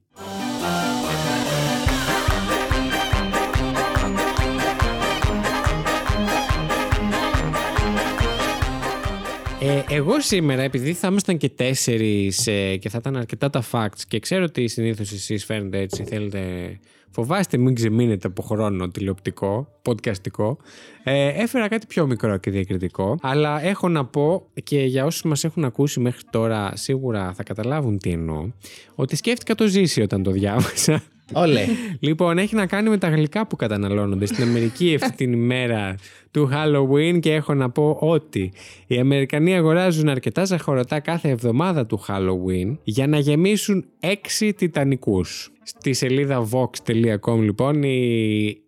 Speaker 1: Ε, εγώ σήμερα, επειδή θα ήμασταν και τέσσερις και θα ήταν αρκετά τα facts και ξέρω ότι συνήθως εσείς φαίνεται έτσι, θέλετε. Φοβάστε μην ξεμείνετε από χρόνο τηλεοπτικό, podcastικό. Ε, έφερα κάτι πιο μικρό και διακριτικό, αλλά έχω να πω και για όσους μας έχουν ακούσει μέχρι τώρα σίγουρα θα καταλάβουν τι εννοώ, ότι σκέφτηκα το ζήσει όταν το διάβασα.
Speaker 3: Όλε.
Speaker 1: Λοιπόν, έχει να κάνει με τα γλυκά που καταναλώνονται στην Αμερική αυτή την ημέρα του Halloween και έχω να πω ότι οι Αμερικανοί αγοράζουν αρκετά ζαχαρωτά κάθε εβδομάδα του Halloween για να γεμίσουν έξι τιτανικούς. Στη σελίδα vox.com λοιπόν η...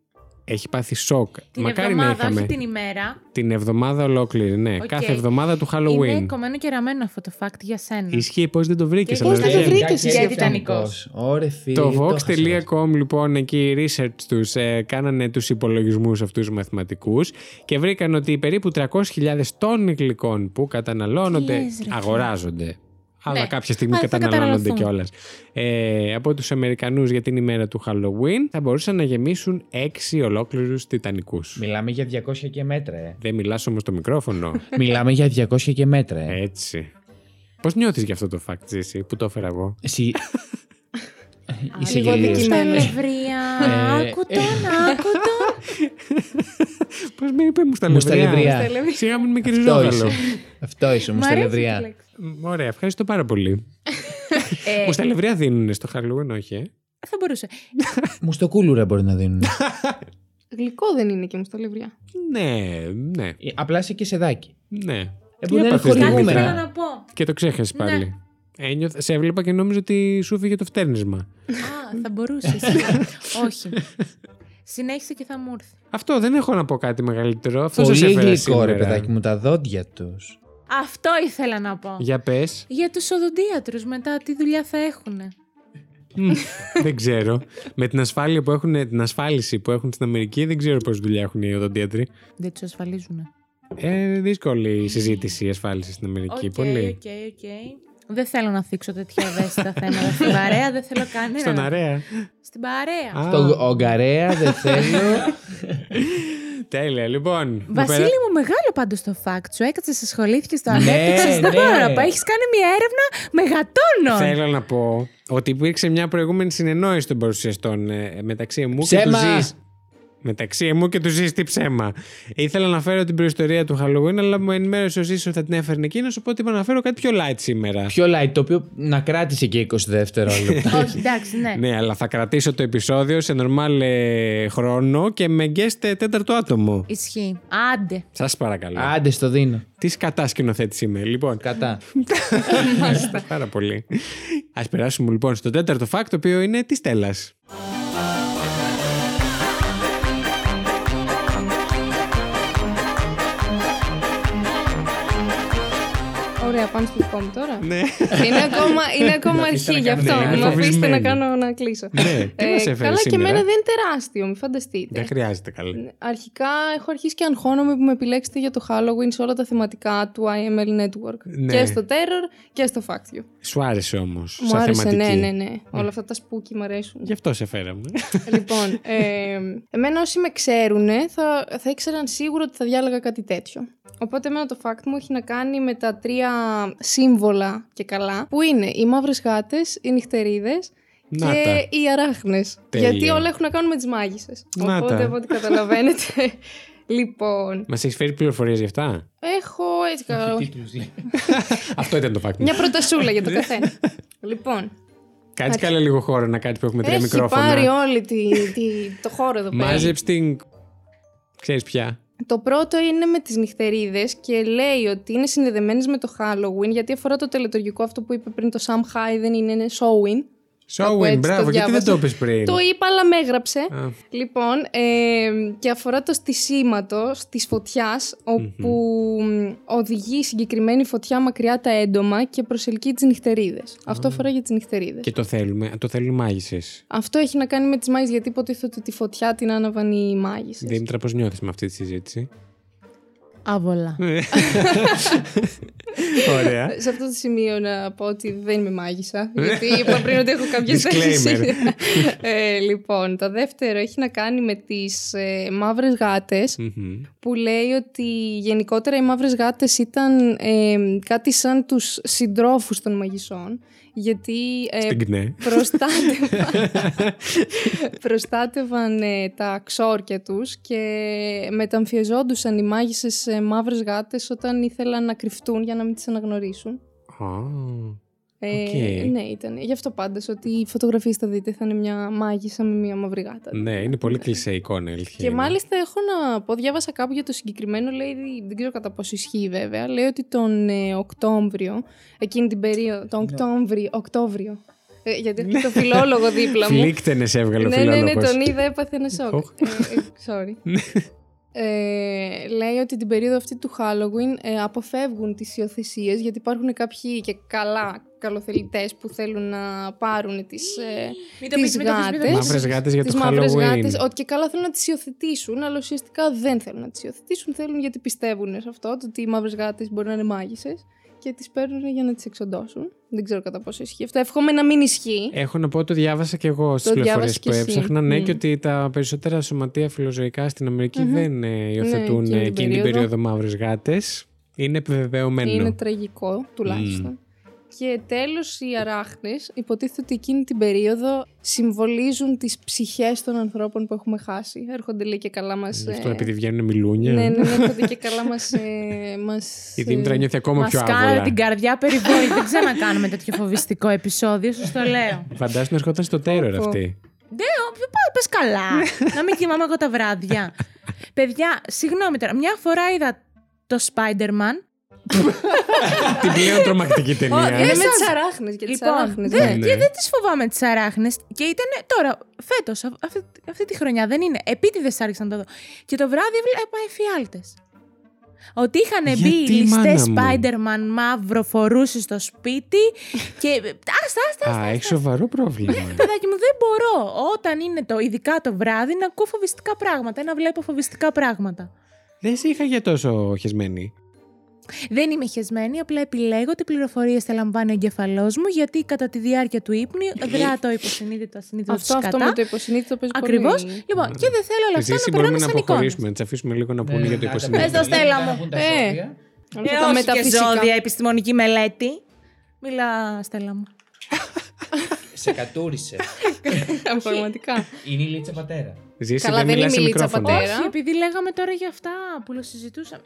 Speaker 1: έχει πάθει σοκ.
Speaker 2: Την
Speaker 1: Μακάρι να
Speaker 2: εβδομάδα,
Speaker 1: είχαμε
Speaker 2: όχι την ημέρα.
Speaker 1: Την εβδομάδα ολόκληρη, ναι.
Speaker 2: Οκ.
Speaker 1: Κάθε εβδομάδα του
Speaker 2: Είναι
Speaker 1: Halloween.
Speaker 2: κομμένο και ραμμένο αυτό το fact για σένα.
Speaker 1: Ισχύει πώς δεν το βρήκες.
Speaker 2: Και πώς δεν
Speaker 4: το βρήκες εσύ αυτό.
Speaker 5: Ωρε φίλε.
Speaker 1: Το
Speaker 5: χάσα.
Speaker 1: Vox.com λοιπόν εκεί οι research τους ε, κάνανε τους υπολογισμούς αυτούς τους μαθηματικούς και βρήκαν ότι περίπου 300.000 τόνοι γλυκών που καταναλώνονται,
Speaker 2: Τι λες, ρε, φίλε.
Speaker 1: αγοράζονται. Αλλά
Speaker 2: Ναι.
Speaker 1: κάποια στιγμή
Speaker 2: Αλλά θα
Speaker 1: καταναλώνονται
Speaker 2: καταναλωθούν.
Speaker 1: κιόλας. Ε, από τους Αμερικανούς για την ημέρα του Halloween θα μπορούσαν να γεμίσουν 6 ολόκληρους Τιτανικούς.
Speaker 3: Ναι.
Speaker 5: Μιλάμε για 200 και μέτρα, ε.
Speaker 1: Δεν μιλάς όμως το μικρόφωνο.
Speaker 3: Μιλάμε για 200 και μέτρα. ε.
Speaker 1: Έτσι. Πώς νιώθεις γι' αυτό το fact, Τζίση, που το έφερα εγώ.
Speaker 3: Εσύ.
Speaker 5: Ε,
Speaker 3: Είσαι
Speaker 4: λίγο
Speaker 3: γελίος.
Speaker 4: αντικειμενικός.
Speaker 2: Στα
Speaker 4: Ναι.
Speaker 2: νευρία.
Speaker 3: Ε,
Speaker 2: Άκου τον, άκου τον.
Speaker 1: Πώς με είπε μου στα
Speaker 3: Μου στα
Speaker 1: λευριά.
Speaker 3: λευριά.
Speaker 1: Σιγά μην με
Speaker 3: Αυτό
Speaker 1: κυριζόβαλο.
Speaker 3: είσαι. Αυτό είσαι, μου
Speaker 2: Μ'
Speaker 3: στα
Speaker 2: αρέσει
Speaker 3: λευριά.
Speaker 2: αυτή η λέξη.
Speaker 1: Μ, Ωραία, ευχαριστώ πάρα πολύ.
Speaker 2: Ε,
Speaker 1: Μου στα λευριά δίνουν στο Halloween, όχι. ε.
Speaker 2: Θα μπορούσε.
Speaker 3: Μου στο κούλουρα μπορεί να δίνουν.
Speaker 5: Ε,
Speaker 4: Γλυκό δεν είναι και μου στα λευριά.
Speaker 1: Ναι, ναι,
Speaker 3: Ε, Απλά είσαι και σεδάκι.
Speaker 1: ναι.
Speaker 3: Ε,
Speaker 1: Τι
Speaker 3: μπορεί να είναι
Speaker 1: έπαθες,
Speaker 2: Κάτι
Speaker 3: χορηγούμενα.
Speaker 2: θέλω
Speaker 1: Δημήτρα?
Speaker 2: να πω.
Speaker 1: Και το ξέχασες
Speaker 2: Ναι.
Speaker 1: πάλι. Ένιωθα- σε έβλεπα και νόμιζα ότι σου φύγε το φτέρνισμα.
Speaker 2: Α, θα μπορούσες. Όχι. Συνέχισε και θα μου έρθει.
Speaker 1: Αυτό δεν έχω να πω κάτι μεγαλύτερο. Αυτό σας
Speaker 3: Πολύ
Speaker 1: έφερα
Speaker 3: γλυκό
Speaker 1: σήμερα.
Speaker 3: ρε παιδάκι μου, τα δόντια τους.
Speaker 2: Αυτό ήθελα να πω.
Speaker 1: Για πες.
Speaker 2: Για τους οδοντίατρους μετά τι δουλειά θα έχουν.
Speaker 1: δεν ξέρω. Με την, ασφάλεια που έχουν, την ασφάλιση που έχουν στην Αμερική, δεν ξέρω πώς δουλειά έχουν οι οδοντίατροι.
Speaker 2: Δεν τους ασφαλίζουν.
Speaker 1: Ε, δύσκολη η συζήτηση η ασφάλιση στην Αμερική.
Speaker 2: Οκ,
Speaker 1: πολύ.
Speaker 2: οκ, οκ. Δεν θέλω να θίξω τέτοια ευαίσθητα θέματα στην παρέα. Δεν θέλω κανένα.
Speaker 1: Στον αρέα.
Speaker 2: Στην παρέα.
Speaker 1: Α,
Speaker 3: Το ογκαρέα δεν θέλω.
Speaker 1: Τέλεια, λοιπόν. να
Speaker 2: Βασίλη
Speaker 1: περα-
Speaker 2: μου, μεγάλο πάντως το fact σου. Έκατσε, ασχολήθηκε, το
Speaker 3: Ναι,
Speaker 2: ανέπτυξες. δεν
Speaker 3: ναι.
Speaker 2: μπορώ να πω. Έχεις κάνει μια έρευνα μεγατόνων.
Speaker 1: Θέλω να πω ότι υπήρξε μια προηγούμενη συνεννόηση των παρουσιαστών ε, μεταξύ μου και
Speaker 3: Ψέμα!
Speaker 1: του Ζης. μεταξύ μου και του ζήστη ψέμα. Ήθελα να φέρω την προϊστορία του Halloween, αλλά μου ενημέρωσε ο Ζή ότι θα την έφερνε εκείνος, οπότε είπα να φέρω κάτι πιο light σήμερα.
Speaker 5: Πιο light, το οποίο να κράτησε και 20 δευτερόλεπτα.
Speaker 2: Όχι, εντάξει, ναι.
Speaker 1: Ναι, αλλά θα κρατήσω το επεισόδιο σε normal ε, χρόνο και με guest ε, τέταρτο άτομο.
Speaker 2: Ισχύει. Άντε.
Speaker 1: Σας παρακαλώ.
Speaker 5: Άντε, στο δίνω.
Speaker 1: Τι κατά σκηνοθέτηση είμαι, λοιπόν.
Speaker 5: Κατά.
Speaker 1: Μάλιστα. Πάρα πολύ. Ας περάσουμε λοιπόν στο τέταρτο fact, το οποίο είναι της Στέλλας.
Speaker 4: Ωραία, πάμε στο δικό μου τώρα.
Speaker 1: Ναι.
Speaker 4: είναι ακόμα, είναι ακόμα αρχή γι' αυτό.
Speaker 1: κάνετε,
Speaker 4: Μου
Speaker 1: είμαι
Speaker 4: αφήσετε να
Speaker 1: φοβισμένη.
Speaker 4: κάνω να κλείσω. Ε,
Speaker 1: Ναι, τι μας έφερες
Speaker 4: καλά και
Speaker 1: σήμερα?
Speaker 4: εμένα δεν είναι τεράστιο, μην φανταστείτε.
Speaker 1: Δεν χρειάζεται καλή.
Speaker 4: Αρχικά έχω αρχίσει και αγχώνομαι που με επιλέξετε για το Halloween σε όλα τα θεματικά του IML Network.
Speaker 1: Ναι.
Speaker 4: Και στο Terror και στο Fact You.
Speaker 1: Σου άρεσε όμως.
Speaker 4: Μου
Speaker 1: σαν
Speaker 4: άρεσε,
Speaker 1: θεματική.
Speaker 4: ναι, ναι, ναι. Όλα αυτά τα spooky μου αρέσουν.
Speaker 1: Γι' αυτό σε φέραμε.
Speaker 4: λοιπόν, ε, εμένα όσοι με ξέρουν θα, θα ήξεραν σίγουρα ότι θα διάλεγα κάτι τέτοιο. Οπότε εμένα το fact μου έχει να κάνει με τα τρία σύμβολα και καλά που είναι οι μαύρες γάτες, οι νυχτερίδες
Speaker 1: Να τα.
Speaker 4: και οι αράχνες.
Speaker 1: Τέλεια.
Speaker 4: Γιατί όλα έχουν να κάνουν με τις μάγισσες.
Speaker 1: Να τα.
Speaker 4: Οπότε από ό,τι καταλαβαίνετε... λοιπόν,
Speaker 1: Μας έχεις φέρει πληροφορίες γι' αυτά.
Speaker 4: έχω έτσι καλά...
Speaker 1: Αυτό ήταν το fact. μου.
Speaker 4: Μια προτασούλα για το καθένα. λοιπόν,
Speaker 1: Κάτσε καλά λίγο χώρο να κάτι που έχουμε τρία
Speaker 4: έχει πάρει
Speaker 1: μικρόφωνα.
Speaker 4: όλη τη, τη- το χώρο εδώ πέρα.
Speaker 1: Μάζεψε την. Ξέρεις πια.
Speaker 4: Το πρώτο είναι με τις νυχτερίδες και λέει ότι είναι συνδεδεμένες με το Halloween γιατί αφορά το τελετουργικό αυτό που είπε πριν το Sam Hayden είναι ένα Showin. Κάπου έτσι
Speaker 1: Σόουιν,
Speaker 4: το
Speaker 1: μπράβο, γιατί δεν
Speaker 4: διάβασα.
Speaker 1: το είπε πριν.
Speaker 4: Το είπα αλλά με έγραψε.
Speaker 1: Α.
Speaker 4: Λοιπόν, ε, και αφορά το στισίματο της φωτιάς όπου μ, οδηγεί η συγκεκριμένη φωτιά μακριά τα έντομα και προσελκύει τις νυχτερίδες. Αυτό αφορά για τις νυχτερίδες.
Speaker 1: Και το θέλουμε. Το θέλουν οι μάγισσες.
Speaker 4: Αυτό έχει να κάνει με τις μάγισσες γιατί υποτίθεται ότι τη φωτιά την άναβαν οι μάγισσες.
Speaker 1: Δήμητρα, πώς νιώθεις με αυτή τη συζήτηση.
Speaker 2: Άβολα.
Speaker 1: Ωραία.
Speaker 4: Σε αυτό το σημείο να πω ότι δεν είμαι μάγισσα, γιατί είπα πριν ότι έχω κάποια
Speaker 1: Disclaimer.
Speaker 4: θέση. ε, λοιπόν, το δεύτερο έχει να κάνει με τις ε, μαύρες γάτες,
Speaker 1: Μμμ.
Speaker 4: που λέει ότι γενικότερα οι μαύρες γάτες ήταν ε, κάτι σαν τους συντρόφους των μαγισσών, γιατί ε,
Speaker 1: Την κνέ.
Speaker 4: προστάτευαν, προστάτευαν ε, τα ξόρκια τους και μεταμφιεζόντουσαν οι μάγισσες σε μαύρες γάτες όταν ήθελαν να κρυφτούν για να μην τις αναγνωρίσουν.
Speaker 1: Α,
Speaker 4: Ε,
Speaker 1: Οκ.
Speaker 4: Ναι, ήταν. Γι' αυτό πάντως ότι οι φωτογραφίες θα δείτε θα είναι μια μάγισσα με μια μαύρη γάτα.
Speaker 1: Ναι, είναι πολύ κλεισέ εικόνα, η αλήθεια.
Speaker 4: Και
Speaker 1: είναι.
Speaker 4: μάλιστα έχω να πω, διάβασα κάπου για το συγκεκριμένο, λέει, δεν ξέρω κατά πόσο ισχύει βέβαια, λέει ότι τον ε, Οκτώβριο, εκείνη την περίοδο, τον Οκτώβριο, Οκτώβριο, ε, γιατί έχω το φιλόλογο δίπλα μου.
Speaker 1: Φλίκτενες έβγαλε ο
Speaker 4: ναι, ναι, ναι,
Speaker 1: φιλόλογος.
Speaker 4: τον είδα, έπαθε ένα σοκ.
Speaker 1: Οχ.
Speaker 4: ε, ε, sorry.
Speaker 1: Ναι.
Speaker 4: Ε, λέει ότι την περίοδο αυτή του Halloween ε, αποφεύγουν τις υιοθεσίες γιατί υπάρχουν κάποιοι και καλά καλοθελητές που θέλουν να πάρουν τις, ε,
Speaker 2: Μην το πεις,
Speaker 4: τις
Speaker 2: μην το πεις, μην το πεις.
Speaker 4: γάτες.
Speaker 1: Μαύρες γάτες για
Speaker 4: τις
Speaker 1: το
Speaker 4: μαύρες
Speaker 1: Halloween.
Speaker 4: γάτες, ότι και καλά θέλουν να τις υιοθετήσουν, αλλά ουσιαστικά δεν θέλουν να τις υιοθετήσουν. Θέλουν γιατί πιστεύουν σε αυτό, το ότι οι μαύρες γάτες μπορεί να είναι μάγισσες και τις παίρνουν για να τις εξοντώσουν. Δεν ξέρω κατά πόσο ισχύει αυτό. Εύχομαι να μην ισχύει.
Speaker 1: Έχω να πω ότι διάβασα και εγώ στις πληροφορίες
Speaker 4: διάβασες
Speaker 1: που
Speaker 4: κι εσύ.
Speaker 1: έψαχνα. Ναι,
Speaker 4: Μμ.
Speaker 1: και ότι τα περισσότερα σωματεία φιλοζωικά στην αμερικη δεν ε, υιοθετούν
Speaker 4: εκείνη Ναι, την
Speaker 1: εκείνη την
Speaker 4: περίοδο.
Speaker 1: περίοδο μαύρες γάτες. Είναι επιβεβαιωμένο.
Speaker 4: Είναι τραγικό, τουλάχιστον. Και τέλος οι αράχνες υποτίθεται ότι εκείνη την περίοδο συμβολίζουν τις ψυχές των ανθρώπων που έχουμε χάσει. Έρχονται λέει και καλά μας...
Speaker 1: Γι' Αυτό
Speaker 4: ε,
Speaker 1: επειδή βγαίνουν μιλούνια.
Speaker 4: Ναι, ναι, ναι, έρχονται και καλά μας... Ε, μας
Speaker 1: Η Δήμητρα
Speaker 4: ε,
Speaker 1: νιώθει ακόμα
Speaker 2: Μας
Speaker 1: πιο
Speaker 2: κάνω
Speaker 1: άβολα.
Speaker 2: την καρδιά περιβόητη. Δεν ξανακάνουμε τέτοιο φοβιστικό επεισόδιο, σας το λέω.
Speaker 1: Φαντάζομαι να ερχόταν στο τέρορ
Speaker 4: Όπου.
Speaker 1: αυτή.
Speaker 2: Ναι, πες καλά. να μην κοιμάμαι εγώ τα βράδια. Παιδιά, συγγνώμη τώρα. Μια φορά είδα το Spider-Man.
Speaker 1: την πλέον τρομακτική
Speaker 4: Είναι
Speaker 1: ταινία.
Speaker 4: με
Speaker 2: Εσάς-
Speaker 4: τις αράχνες και
Speaker 2: λοιπόν,
Speaker 4: τις αράχνες.
Speaker 2: δεν,
Speaker 4: ναι.
Speaker 1: ναι.
Speaker 2: και δεν τις φοβάμαι τις αράχνες. Και ήταν τώρα, φέτος, αυτή, αυτή τη χρονιά δεν είναι. Επίτηδες άρχισαν να το δω. Και το βράδυ έβλεπα εφιάλτε. Ότι είχαν μπει οι
Speaker 1: Γιατί,
Speaker 2: ληστέ
Speaker 1: μάνα μου?
Speaker 2: Spider-Man μαύρο φορούσε στο σπίτι. και. Άστα, άστα,
Speaker 1: Α, έχει σοβαρό πρόβλημα.
Speaker 2: Παιδάκι μου, δεν μπορώ όταν είναι το, ειδικά το βράδυ, να ακούω φοβιστικά πράγματα ή να βλέπω φοβιστικά πράγματα.
Speaker 1: Δεν σε είχα για τόσο χεσμένη.
Speaker 2: Δεν είμαι χεσμένη, απλά επιλέγω τι πληροφορίες θα λαμβάνει ο εγκεφαλός μου, γιατί κατά τη διάρκεια του ύπνου δρά το υποσυνείδητο, ασυνείδητο
Speaker 4: Αυτό,
Speaker 2: σκατά.
Speaker 4: αυτό με το υποσυνείδητο παίζει
Speaker 2: Ακριβώ.
Speaker 4: πολύ.
Speaker 2: Λοιπόν, και δεν θέλω όλα αυτά
Speaker 1: Ζήση
Speaker 2: να
Speaker 1: μπορούμε
Speaker 2: περνάνε
Speaker 1: να
Speaker 2: σαν εικόνε.
Speaker 1: αποχωρήσουμε, να τις αφήσουμε λίγο να πούνε
Speaker 5: Ναι,
Speaker 1: για το
Speaker 5: άντε,
Speaker 1: υποσυνείδητο.
Speaker 2: Πες το, Στέλλα
Speaker 5: να
Speaker 2: μου.
Speaker 5: βγουν τα
Speaker 4: Ε.
Speaker 5: ζώδια.
Speaker 4: Όλα
Speaker 2: Ε,
Speaker 4: αυτά τα
Speaker 2: όχι και
Speaker 4: μεταφυσικά.
Speaker 2: ζώδια, επιστημονική μελέτη. Μιλά, Στέλλα μου.
Speaker 5: Σε κατούρισε.
Speaker 4: Πραγματικά.
Speaker 2: Ε,
Speaker 5: Είναι η Λίτσα Πατέρα.
Speaker 1: Ζήσει,
Speaker 4: Καλά, δεν
Speaker 1: μιλάς
Speaker 4: είναι
Speaker 1: σε
Speaker 4: η Μιλίτσα
Speaker 1: μικρόφωνο.
Speaker 4: πατέρα.
Speaker 2: Όχι, επειδή λέγαμε τώρα για αυτά που συζητούσαμε.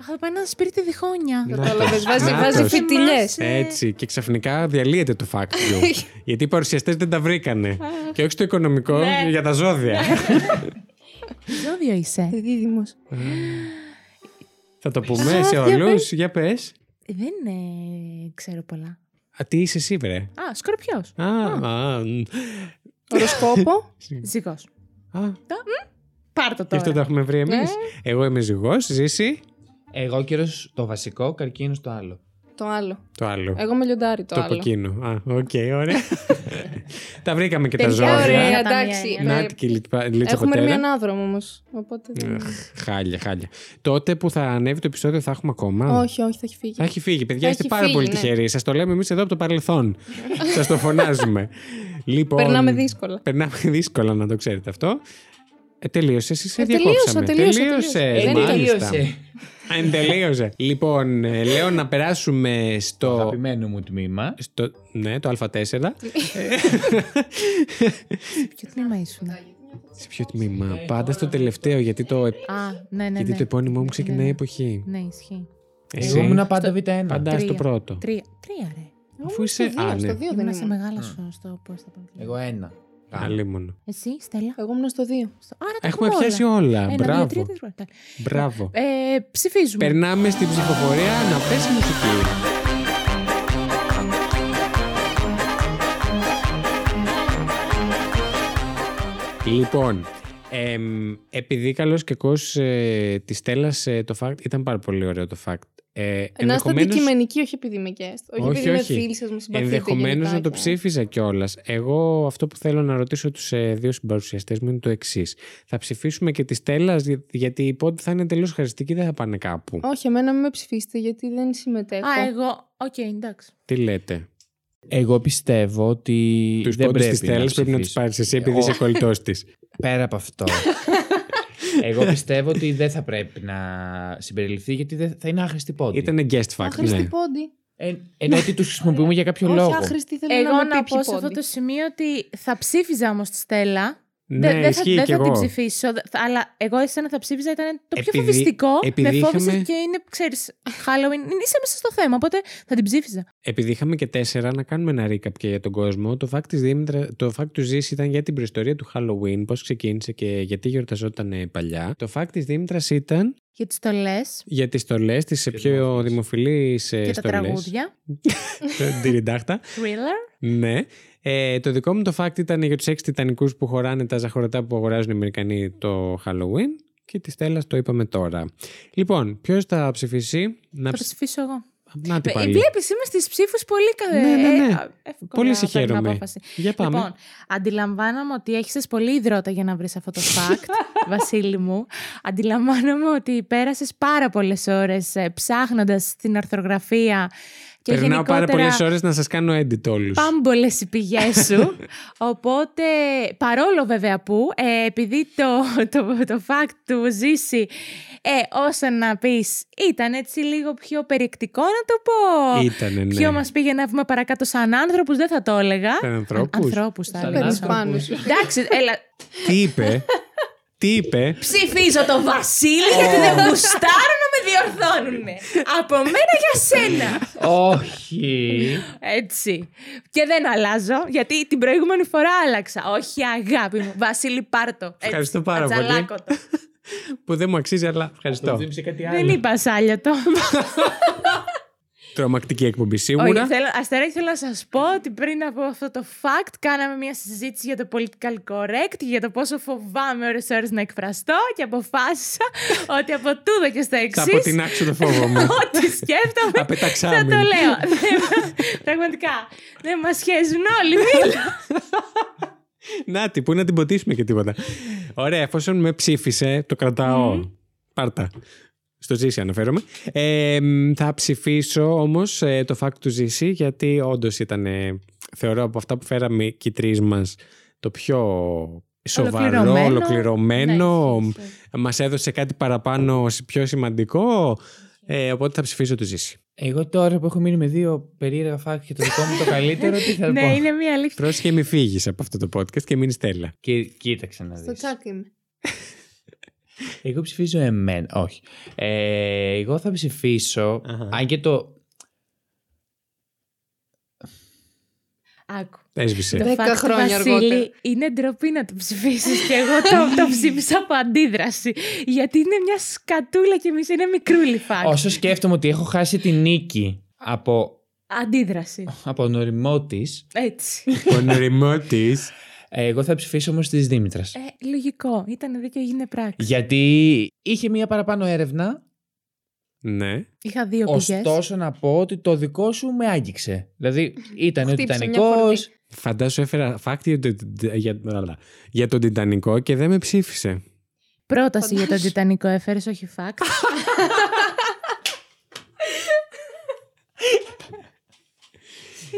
Speaker 2: Αχ, θα πάει ένα σπίτι διχόνια.
Speaker 1: Ναι.
Speaker 4: Κατάλαβε. Βάζει,
Speaker 1: Να
Speaker 4: βάζει
Speaker 1: το.
Speaker 4: φιτιλιές.
Speaker 1: Έτσι. Και ξαφνικά διαλύεται το φάκτιο. γιατί οι παρουσιαστές δεν τα βρήκανε. και όχι στο οικονομικό,
Speaker 2: Ναι.
Speaker 1: για τα ζώδια. Ε.
Speaker 2: Ζώδιο είσαι.
Speaker 4: Δίδυμο.
Speaker 1: Θα το πούμε σε
Speaker 2: για
Speaker 1: όλου. Για πες.
Speaker 2: Δεν ε, ξέρω πολλά.
Speaker 1: Α, τι είσαι εσύ, βρε.
Speaker 2: Α, σκορπιός.
Speaker 1: Α, α, μ.
Speaker 4: Οροσκόπο.
Speaker 2: Ζυγός.
Speaker 1: α,
Speaker 2: Πάρτο
Speaker 1: Γι' Ε. αυτό το
Speaker 2: τώρα.
Speaker 1: έχουμε βρει εμείς. Εγώ είμαι ζυγός, ζήσει
Speaker 3: Εγώ κύριος το βασικό, καρκίνο το άλλο.
Speaker 4: το άλλο.
Speaker 1: το άλλο.
Speaker 4: Εγώ με λιοντάρι το,
Speaker 1: το από
Speaker 4: άλλο.
Speaker 1: εκείνο. Α, οκ, ωραία. τα βρήκαμε και τα
Speaker 2: Παιδιά,
Speaker 1: ζώδια.
Speaker 4: Ωραία,
Speaker 2: Ωραία,
Speaker 4: εντάξει. Ε,
Speaker 2: τα μία,
Speaker 1: Νάτι και η Λιτπα- Λίτσα
Speaker 4: Έχουμε
Speaker 1: Πατέρα.
Speaker 4: μία ανάδρομο όμω.
Speaker 1: Ε,
Speaker 4: Οπότε. δεν-
Speaker 1: Αχ, Χάλια, χάλια. Τότε που θα ανέβει το επεισόδιο θα έχουμε ακόμα.
Speaker 4: όχι, όχι, θα έχει φύγει.
Speaker 1: Θα έχει φύγει, παιδιά.
Speaker 4: Θα
Speaker 1: Είστε
Speaker 4: έχει
Speaker 1: πάρα
Speaker 4: φύγει,
Speaker 1: πολύ
Speaker 4: ναι.
Speaker 1: τυχεροί. Σας το λέμε εμείς εδώ από το παρελθόν. Σας το φωνάζουμε. λοιπόν,
Speaker 4: Περνάμε δύσκολα.
Speaker 1: Περνάμε δύσκολα, να το ξέρετε αυτό. Ε, τελείωσες, εσύ σε
Speaker 4: Ε, τελείωσα,
Speaker 1: διακόψαμε.
Speaker 4: τελείωσα, τελείωσα.
Speaker 1: τελείωσες.
Speaker 4: Ε,
Speaker 1: μάλιστα. Εν τελείωσε. λοιπόν, ε, λέω να περάσουμε στο.
Speaker 3: Αγαπημένο μου τμήμα.
Speaker 1: στο ναι, το Α4.
Speaker 2: Ποιο τμήμα ήσουν.
Speaker 1: Σε ποιο τμήμα. Πάντα στο τελευταίο, γιατί το, ε-
Speaker 2: Α, ναι, ναι.
Speaker 1: γιατί
Speaker 2: ναι.
Speaker 1: το επώνυμό μου ξεκινάει η
Speaker 2: Ναι.
Speaker 1: εποχή.
Speaker 2: Ναι, ισχύει.
Speaker 3: Εγώ
Speaker 1: Εσύ
Speaker 3: ήμουν πάντα Β1.
Speaker 1: πάντα στο
Speaker 2: Τρία.
Speaker 1: πρώτο.
Speaker 2: Τρία. Τρία, ρε.
Speaker 1: Αφού είσαι.
Speaker 4: Στο
Speaker 1: Α,
Speaker 4: δύο, στο
Speaker 1: ναι.
Speaker 4: δύο δεν
Speaker 2: Ήμουν σε
Speaker 4: ήμουν.
Speaker 2: μεγάλο σου στο πώς θα πάμε.
Speaker 3: Εγώ ένα.
Speaker 1: Άλλη μόνο.
Speaker 2: Εσύ, Στέλλα.
Speaker 4: Εγώ ήμουν στο δύο.
Speaker 2: Στο- Άρα τα
Speaker 1: Έχουμε
Speaker 2: όλα.
Speaker 1: πιάσει όλα.
Speaker 2: Ένα, δύο, τρία,
Speaker 1: Μπράβο.
Speaker 2: τέσσερα, πέντε.
Speaker 1: Μπράβο.
Speaker 2: Ε, ψηφίζουμε.
Speaker 1: Περνάμε στην ψηφοφορία να πέσει η μουσική. Λοιπόν, εμ, επειδή καλώ και εγώ ε, της Στέλλας ε, το fact ήταν πάρα πολύ ωραίο το fact. Ε,
Speaker 4: Να είστε
Speaker 1: ενδεχομένως-
Speaker 4: αντικειμενικοί, όχι επειδή είμαι guest. Όχι,
Speaker 1: Όχι,
Speaker 4: επειδή είμαι
Speaker 1: όχι.
Speaker 4: φίλης σας, μου συμπαθείτε.
Speaker 1: Ενδεχομένως
Speaker 4: γενικά
Speaker 1: να το
Speaker 4: και-
Speaker 1: ψήφιζα κιόλας. Εγώ αυτό που θέλω να ρωτήσω τους δύο συμπαρουσιαστές μου είναι το εξής. Θα ψηφίσουμε και τη Στέλλα, για- γιατί η πόντη θα είναι τελείω χαριστική, δεν θα πάνε κάπου.
Speaker 4: Όχι, εμένα μην με ψηφίσετε γιατί δεν συμμετέχω.
Speaker 2: Α, εγώ. Οκ, εντάξει.
Speaker 1: Τι λέτε.
Speaker 3: Εγώ πιστεύω ότι.
Speaker 1: Τους
Speaker 3: δεν
Speaker 1: πόντου τη
Speaker 3: πρέπει να
Speaker 1: Στέλλα πρέπει να του
Speaker 3: ψηφίσω.
Speaker 1: πάρεις εσύ, επειδή
Speaker 3: Εγώ-
Speaker 1: είσαι κολλητός της.
Speaker 3: Πέρα από αυτό. Εγώ πιστεύω ότι δεν θα πρέπει να συμπεριληφθεί γιατί δεν- θα είναι άχρηστη πόντη.
Speaker 1: Ήταν guest fact,
Speaker 4: Άχρηστη
Speaker 1: ναι.
Speaker 4: πόντι.
Speaker 3: Ε, ενώ ότι τους χρησιμοποιούμε για κάποιο
Speaker 4: Όχι,
Speaker 3: λόγο.
Speaker 4: άχρηστη θέλω
Speaker 2: Εγώ
Speaker 4: να,
Speaker 2: να
Speaker 4: με
Speaker 2: πω
Speaker 4: πείψει
Speaker 2: σε αυτό
Speaker 4: πόντι.
Speaker 2: το σημείο ότι θα ψήφιζα όμως τη Στέλλα.
Speaker 1: Ναι,
Speaker 2: Δεν- δεν θα,
Speaker 1: ισχύει
Speaker 2: δεν
Speaker 1: κι
Speaker 2: θα την
Speaker 1: εγώ.
Speaker 2: ψηφίσω, δε- θα- αλλά εγώ εσένα θα ψήφιζα. Ήταν το πιο
Speaker 1: Επειδή-
Speaker 2: φοβιστικό.
Speaker 1: επειδή
Speaker 2: με φόβησε
Speaker 1: είχαμε-
Speaker 2: και είναι, ξέρεις, Halloween. είναι- Είσαι μέσα στο θέμα, οπότε θα την ψήφιζα.
Speaker 1: Επειδή είχαμε και τέσσερα, να κάνουμε ένα recap και για τον κόσμο. Το fact, της Δήμητρα, το fact του Ζήση ήταν για την προϊστορία του Halloween, πώς ξεκίνησε και γιατί γιορταζόταν ε, παλιά. Το fact τη Δήμητρας ήταν
Speaker 2: Για τις στολές
Speaker 1: για τις στολές, τις πιο ε, δημοφιλεί στολέ.
Speaker 2: και τα τραγούδια.
Speaker 1: Τυριντάχτα.
Speaker 2: Thriller.
Speaker 1: Ναι. Ε, το δικό μου το fact ήταν για τους έξι Τιτανικούς που χωράνε τα ζαχαρωτά που αγοράζουν οι Αμερικανοί το Halloween. Και τη Στέλλα το είπαμε τώρα. Λοιπόν, ποιος θα ψηφίσει. Να
Speaker 2: Θα
Speaker 1: ψ...
Speaker 2: ψηφίσω εγώ.
Speaker 1: Να
Speaker 2: Ε,
Speaker 1: τι πάλι.
Speaker 2: Βλέπεις, είμαι στις ψήφους πολύ καλέ.
Speaker 1: Ναι, ναι, ναι.
Speaker 2: εύκολα
Speaker 1: Πολύ σε
Speaker 2: παίρνω
Speaker 1: χαίρομαι.
Speaker 2: απόφαση.
Speaker 1: Για πάμε.
Speaker 2: Λοιπόν, αντιλαμβάνομαι ότι έχεις πολύ υδρότα για να βρεις αυτό το fact, Βασίλη μου. Αντιλαμβάνομαι ότι πέρασες πάρα πολλές ώρες ε, ψάχνοντας την αρθρογραφία και
Speaker 1: Περνάω
Speaker 2: γενικότερα
Speaker 1: πάρα πολλές ώρες να σας κάνω edit όλους.
Speaker 2: πάμπολες οι πηγές σου. Οπότε, παρόλο βέβαια που, ε, επειδή το, το, το fact του ζήσει, ε, όσα να πεις, ήταν έτσι λίγο πιο περιεκτικό να το πω.
Speaker 1: Ήτανε, ναι.
Speaker 2: Ποιο μας πήγε να βγούμε παρακάτω σαν άνθρωπους, δεν θα το έλεγα.
Speaker 1: Σαν ανθρώπους.
Speaker 2: Ε, Ανθρώπους θα
Speaker 3: Σαν
Speaker 2: έλεγα.
Speaker 3: άνθρωπο.
Speaker 4: Περισπάνους.
Speaker 2: Εντάξει, έλα.
Speaker 1: Τι είπε. Τι είπε.
Speaker 2: Ψηφίζω τον Βασίλη γιατί δεν γουστάρω να με διορθώνουν. Από μένα για σένα.
Speaker 3: Όχι.
Speaker 2: Έτσι. Και δεν αλλάζω γιατί την προηγούμενη φορά άλλαξα. Όχι αγάπη μου. Βασίλη πάρτο. Έτσι.
Speaker 1: Ευχαριστώ πάρα πολύ.
Speaker 2: Ατσαλάκωτο.
Speaker 1: που δεν μου αξίζει, αλλά ευχαριστώ.
Speaker 3: δίνεις σε κάτι
Speaker 2: Δεν είπα σάλιατο.
Speaker 1: Τρομακτική εκπομπή σίγουρα.
Speaker 2: Όχι, θέλω, αστεράκι, θέλω να σας πω ότι πριν από αυτό το fact, κάναμε μια συζήτηση για το political correct, για το πόσο φοβάμαι ώρε-ώρε να εκφραστώ και αποφάσισα ότι από τούδο και στα
Speaker 1: Θα
Speaker 2: εξής.
Speaker 1: αποτινάξω το φόβο μου.
Speaker 2: Ό,τι σκέφτομαι.
Speaker 1: Απεταξάμι.
Speaker 2: Θα το λέω. Δεν- Πραγματικά. Δεν μας σχέζουν όλοι. Μίλα.
Speaker 1: Να τι, πού να την ποτίσουμε και τίποτα. Ωραία, εφόσον με ψήφισε, το κρατάω. Πάρτα. Στο Ζήση αναφέρομαι. Ε, μ, θα ψηφίσω όμως το fact του Ζήση, γιατί όντως ήταν, ε, θεωρώ από αυτά που φέραμε και οι τρει μας, το πιο σοβαρό,
Speaker 2: Ολοκληρωμένο.
Speaker 1: ολοκληρωμένο.
Speaker 2: Ναι, ισχύει,
Speaker 1: Μας έδωσε κάτι παραπάνω, σ- πιο σημαντικό. Ε, οπότε θα ψηφίσω το Ζήση.
Speaker 3: Εγώ τώρα που έχω μείνει με δύο περίεργα φάκια και το δικό μου το καλύτερο, τι θα
Speaker 2: Ναι,
Speaker 3: πω.
Speaker 2: είναι μια αλήθεια.
Speaker 1: Πρόσεχε, μη φύγεις από αυτό το podcast και μείνεις Στέλλα.
Speaker 2: ναι.
Speaker 3: Και, κοίταξε να δεις.
Speaker 4: Στο τσάκ είμαι.
Speaker 3: Εγώ ψηφίζω εμένα. Όχι. Ε, εγώ θα ψηφίσω.
Speaker 1: Αχα.
Speaker 3: Αν και το.
Speaker 2: Άκου.
Speaker 1: Έσβησε.
Speaker 2: Το
Speaker 4: Δέκα
Speaker 2: fact,
Speaker 4: χρόνια αργότερα.
Speaker 2: Βασίλη, είναι ντροπή να το ψηφίσεις. και εγώ το, το ψήφισα από αντίδραση. Γιατί είναι μια σκατούλα και εμείς είναι μικρούλι fact.
Speaker 3: Όσο σκέφτομαι ότι έχω χάσει τη νίκη από,
Speaker 2: Αντίδραση.
Speaker 3: από νοριμό τη,
Speaker 2: Έτσι.
Speaker 1: Ο νερημό τη.
Speaker 3: ε, εγώ θα ψηφίσω όμως τη Δήμητρα.
Speaker 2: ε, λογικό. Ήταν δίκαιο, έγινε πράξη.
Speaker 3: Γιατί είχε μία παραπάνω έρευνα.
Speaker 1: Ναι.
Speaker 2: Είχα δύο πηγές.
Speaker 3: Ωστόσο να πω ότι το δικό σου με άγγιξε. Δηλαδή ήταν ο
Speaker 4: Χτύπησε μια
Speaker 3: Τιτανικός,
Speaker 1: Φαντάσου έφερα φάκτη για, το- για, αλλά, για τον Τιτανικό και δεν με ψήφισε.
Speaker 2: Πρόταση για τον
Speaker 4: Φαντάσου.
Speaker 2: Τιτανικό έφερες, όχι fact.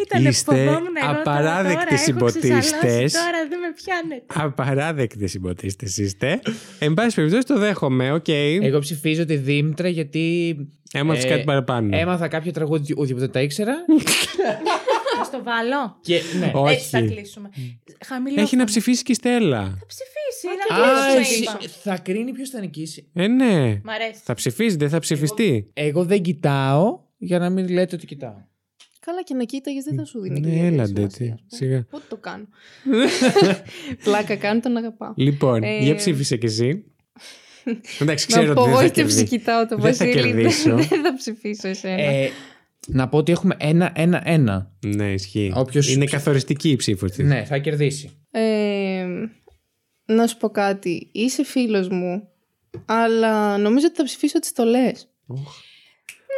Speaker 2: Ήτανε
Speaker 1: Είστε
Speaker 2: φοβόμουν εγώ τώρα,
Speaker 1: απαράδεκτοι
Speaker 2: τώρα έχω ξεσαλώσει,
Speaker 1: συμποτίστες.
Speaker 2: Τώρα δεν με πιάνετε.
Speaker 1: Απαράδεκτε συμποτίστες είστε. Εν πάση περιπτώσει το δέχομαι, οκ.
Speaker 3: Εγώ ψηφίζω τη Δήμητρα γιατί
Speaker 1: Έμαθες
Speaker 3: ε,
Speaker 1: κάτι παραπάνω.
Speaker 3: έμαθα κάποιο τραγούδι ουδήποτε τα ήξερα.
Speaker 2: Θα στο βάλω.
Speaker 3: και, ναι.
Speaker 1: Όχι.
Speaker 2: Έτσι θα κλείσουμε. Χαμηλό.
Speaker 1: Έχει να
Speaker 2: θα-
Speaker 1: ψηφίσει και η Στέλλα.
Speaker 2: Θα ψηφίσει. είναι
Speaker 4: Α,
Speaker 2: απλό
Speaker 3: Α,
Speaker 2: το
Speaker 3: εσύ-
Speaker 2: είπα.
Speaker 3: θα κρίνει ποιος θα νικήσει.
Speaker 1: Ε, ναι.
Speaker 2: Μ' αρέσει.
Speaker 1: Θα ψηφίσει, δεν θα ψηφιστεί.
Speaker 3: Εγώ δεν κοιτάω για να μην λέτε ότι κοιτάω.
Speaker 4: Καλά και να κοίταγες, δεν θα σου δίνει.
Speaker 1: Ναι,
Speaker 4: και ιδιαίτερη
Speaker 1: έλαντε.
Speaker 4: σημασία,
Speaker 1: τι,
Speaker 4: ας πούμε.
Speaker 1: Σιγά.
Speaker 4: Πότε το κάνω. Πλάκα κάνω, τον αγαπάω.
Speaker 1: Λοιπόν,
Speaker 4: Ε,
Speaker 1: για ψήφισε κι εσύ. Εντάξει, ξέρω
Speaker 4: να
Speaker 1: ότι δεν θα
Speaker 4: απογοήτευση
Speaker 1: κερδίσει.
Speaker 4: κοιτάω το
Speaker 1: Δεν θα
Speaker 4: Βασίλη.
Speaker 1: κερδίσω.
Speaker 4: Δεν θα ψηφίσω εσένα.
Speaker 3: Ε, να πω ότι έχουμε ένα-ένα-ένα.
Speaker 1: Ναι, ισχύει.
Speaker 3: Όποιος
Speaker 1: Είναι
Speaker 3: ψη-
Speaker 1: καθοριστική η ψήφο της.
Speaker 3: Ναι, θα κερδίσει.
Speaker 4: Ε, να σου πω κάτι. Είσαι φίλος μου, αλλά νομίζω ότι θα ψηφίσω ότι το λες.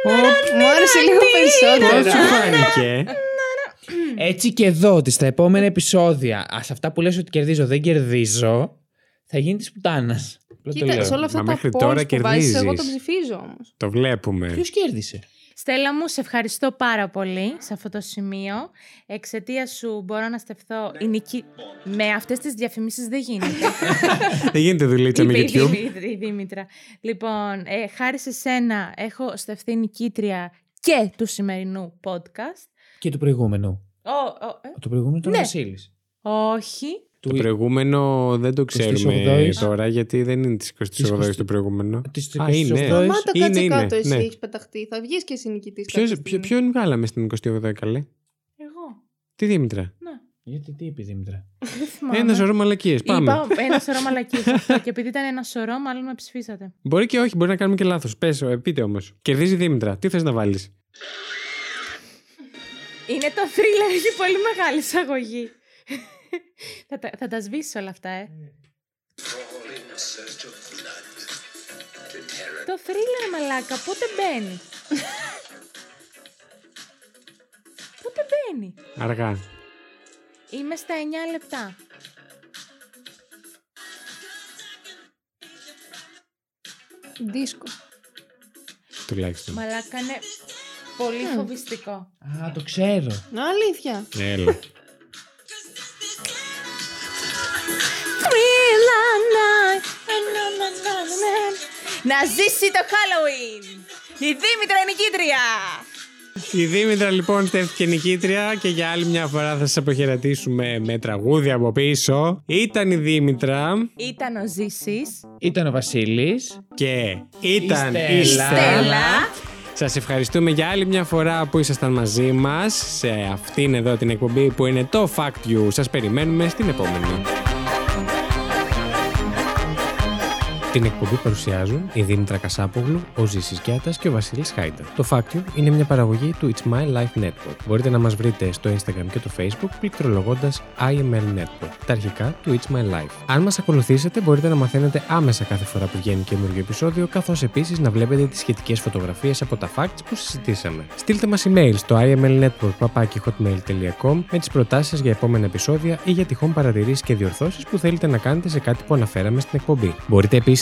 Speaker 4: Μου άρεσε λίγο
Speaker 1: Πώ σου
Speaker 4: περισσότερο.
Speaker 1: φάνηκε.
Speaker 3: Mm-hmm. Έτσι και εδώ, ότι στα επόμενα επεισόδια, ας, σε αυτά που λες ότι κερδίζω, δεν κερδίζω, θα γίνει της πουτάνας.
Speaker 4: Κοίτα, σε όλα
Speaker 1: Μα
Speaker 4: αυτά τα
Speaker 1: μέχρι
Speaker 4: polls
Speaker 1: τώρα
Speaker 4: που βάζεις, εγώ το
Speaker 1: κερδίζεις.
Speaker 4: ψηφίζω όμως.
Speaker 1: Το βλέπουμε.
Speaker 3: Ποιος κέρδισε.
Speaker 2: Στέλλα μου, σε ευχαριστώ πάρα πολύ σε αυτό το σημείο. Εξαιτίας σου μπορώ να στεφθώ
Speaker 1: Ναι.
Speaker 2: η νική. Με αυτές τις διαφημίσεις δεν γίνεται.
Speaker 1: Δεν γίνεται δουλίτσα με
Speaker 2: Είπε η
Speaker 1: YouTube.
Speaker 2: Δήμη- η Δήμητρα. Λοιπόν, ε, χάρη σε σένα έχω στεφθεί νικήτρια και του σημερινού podcast.
Speaker 3: Και του προηγούμενου.
Speaker 2: Ο, ο, ε,
Speaker 3: Το προηγούμενο ήταν ο
Speaker 2: Ναι.
Speaker 3: Βασίλης.
Speaker 2: όχι.
Speaker 1: Το προηγούμενο δεν το
Speaker 3: 28.
Speaker 1: ξέρουμε τώρα, γιατί δεν είναι της 28η το προηγούμενο.
Speaker 3: Της
Speaker 1: Α, είναι.
Speaker 3: 28.
Speaker 1: Ποιος-
Speaker 4: Σταμάτα
Speaker 1: είναι,
Speaker 4: κάτσε
Speaker 1: είναι,
Speaker 4: κάτω, εσύ
Speaker 1: ναι.
Speaker 4: έχεις πεταχτεί. Θα βγεις και εσύ νικητής κάποια
Speaker 1: Ποιος, ποιο,
Speaker 4: στιγμή.
Speaker 1: ποιον βγάλαμε στην 28η, καλέ.
Speaker 2: Εγώ.
Speaker 1: Τη Δήμητρα.
Speaker 2: Ναι.
Speaker 3: Γιατί τι είπε η Δήμητρα.
Speaker 2: Δεν θυμάμαι.
Speaker 3: ναι.
Speaker 1: Ένα σωρό μαλακίες. Πάμε.
Speaker 2: Είπα ένα σωρό μαλακίες αυτό και επειδή ήταν ένα σωρό, μάλλον με ψηφίσατε.
Speaker 1: Μπορεί και όχι, μπορεί να κάνουμε και λάθος. Πες, πείτε όμως. Κερδίζει η Δήμητρα. Τι θες να βάλεις.
Speaker 2: Είναι το θρύλα, έχει πολύ μεγάλη εισαγωγή. θα, τα, θα τα σβήσει όλα αυτά, ε. το θρύλα, μαλάκα, πότε μπαίνει. πότε μπαίνει.
Speaker 1: Αργά.
Speaker 2: Είμαι στα 9 λεπτά.
Speaker 4: Δίσκο.
Speaker 1: Τουλάχιστον.
Speaker 2: Μαλάκα είναι πολύ φοβιστικό.
Speaker 3: Α, το ξέρω.
Speaker 4: Να, αλήθεια.
Speaker 1: Έλα.
Speaker 2: Thriller night. Να, να, να, να, να. Να ζήσει το Halloween! Η Δήμητρα είναι η κίτρια!
Speaker 1: Η Δήμητρα λοιπόν στέφτηκε νικήτρια και για άλλη μια φορά θα σας αποχαιρετήσουμε με τραγούδια από πίσω. Ήταν η Δήμητρα
Speaker 2: Ήταν ο Ζήσης.
Speaker 3: Ήταν ο Βασίλης.
Speaker 1: και ήταν
Speaker 3: Η
Speaker 1: η
Speaker 3: Στέλλα.
Speaker 1: Στέλλα. Σας ευχαριστούμε για άλλη μια φορά που ήσασταν μαζί μας σε αυτήν εδώ την εκπομπή που είναι το Fact You. Σας περιμένουμε στην επόμενη. Την εκπομπή παρουσιάζουν η Δήμητρα Κασάπογλου, ο Ζήσης Γιάτας και ο Βασίλης Χάιντας. Το Fact You είναι μια παραγωγή του It's My Life Network. Μπορείτε να μας βρείτε στο Instagram και το Facebook πληκτρολογώντας IML Network, τα αρχικά του It's My Life. Αν μας ακολουθήσετε μπορείτε να μαθαίνετε άμεσα κάθε φορά που βγαίνει καινούργιο επεισόδιο, καθώς επίσης να βλέπετε τις σχετικές φωτογραφίες από τα facts που συζητήσαμε. Στείλτε μας email στο imlnetwork.hotmail.com με τις προτάσεις σας για επόμενα επεισόδια ή για τυχόν παρατηρήσεις και διορθώσεις που θέλετε να κάνετε σε κάτι που αναφέραμε στην εκπομπή. Μπορείτε επίσης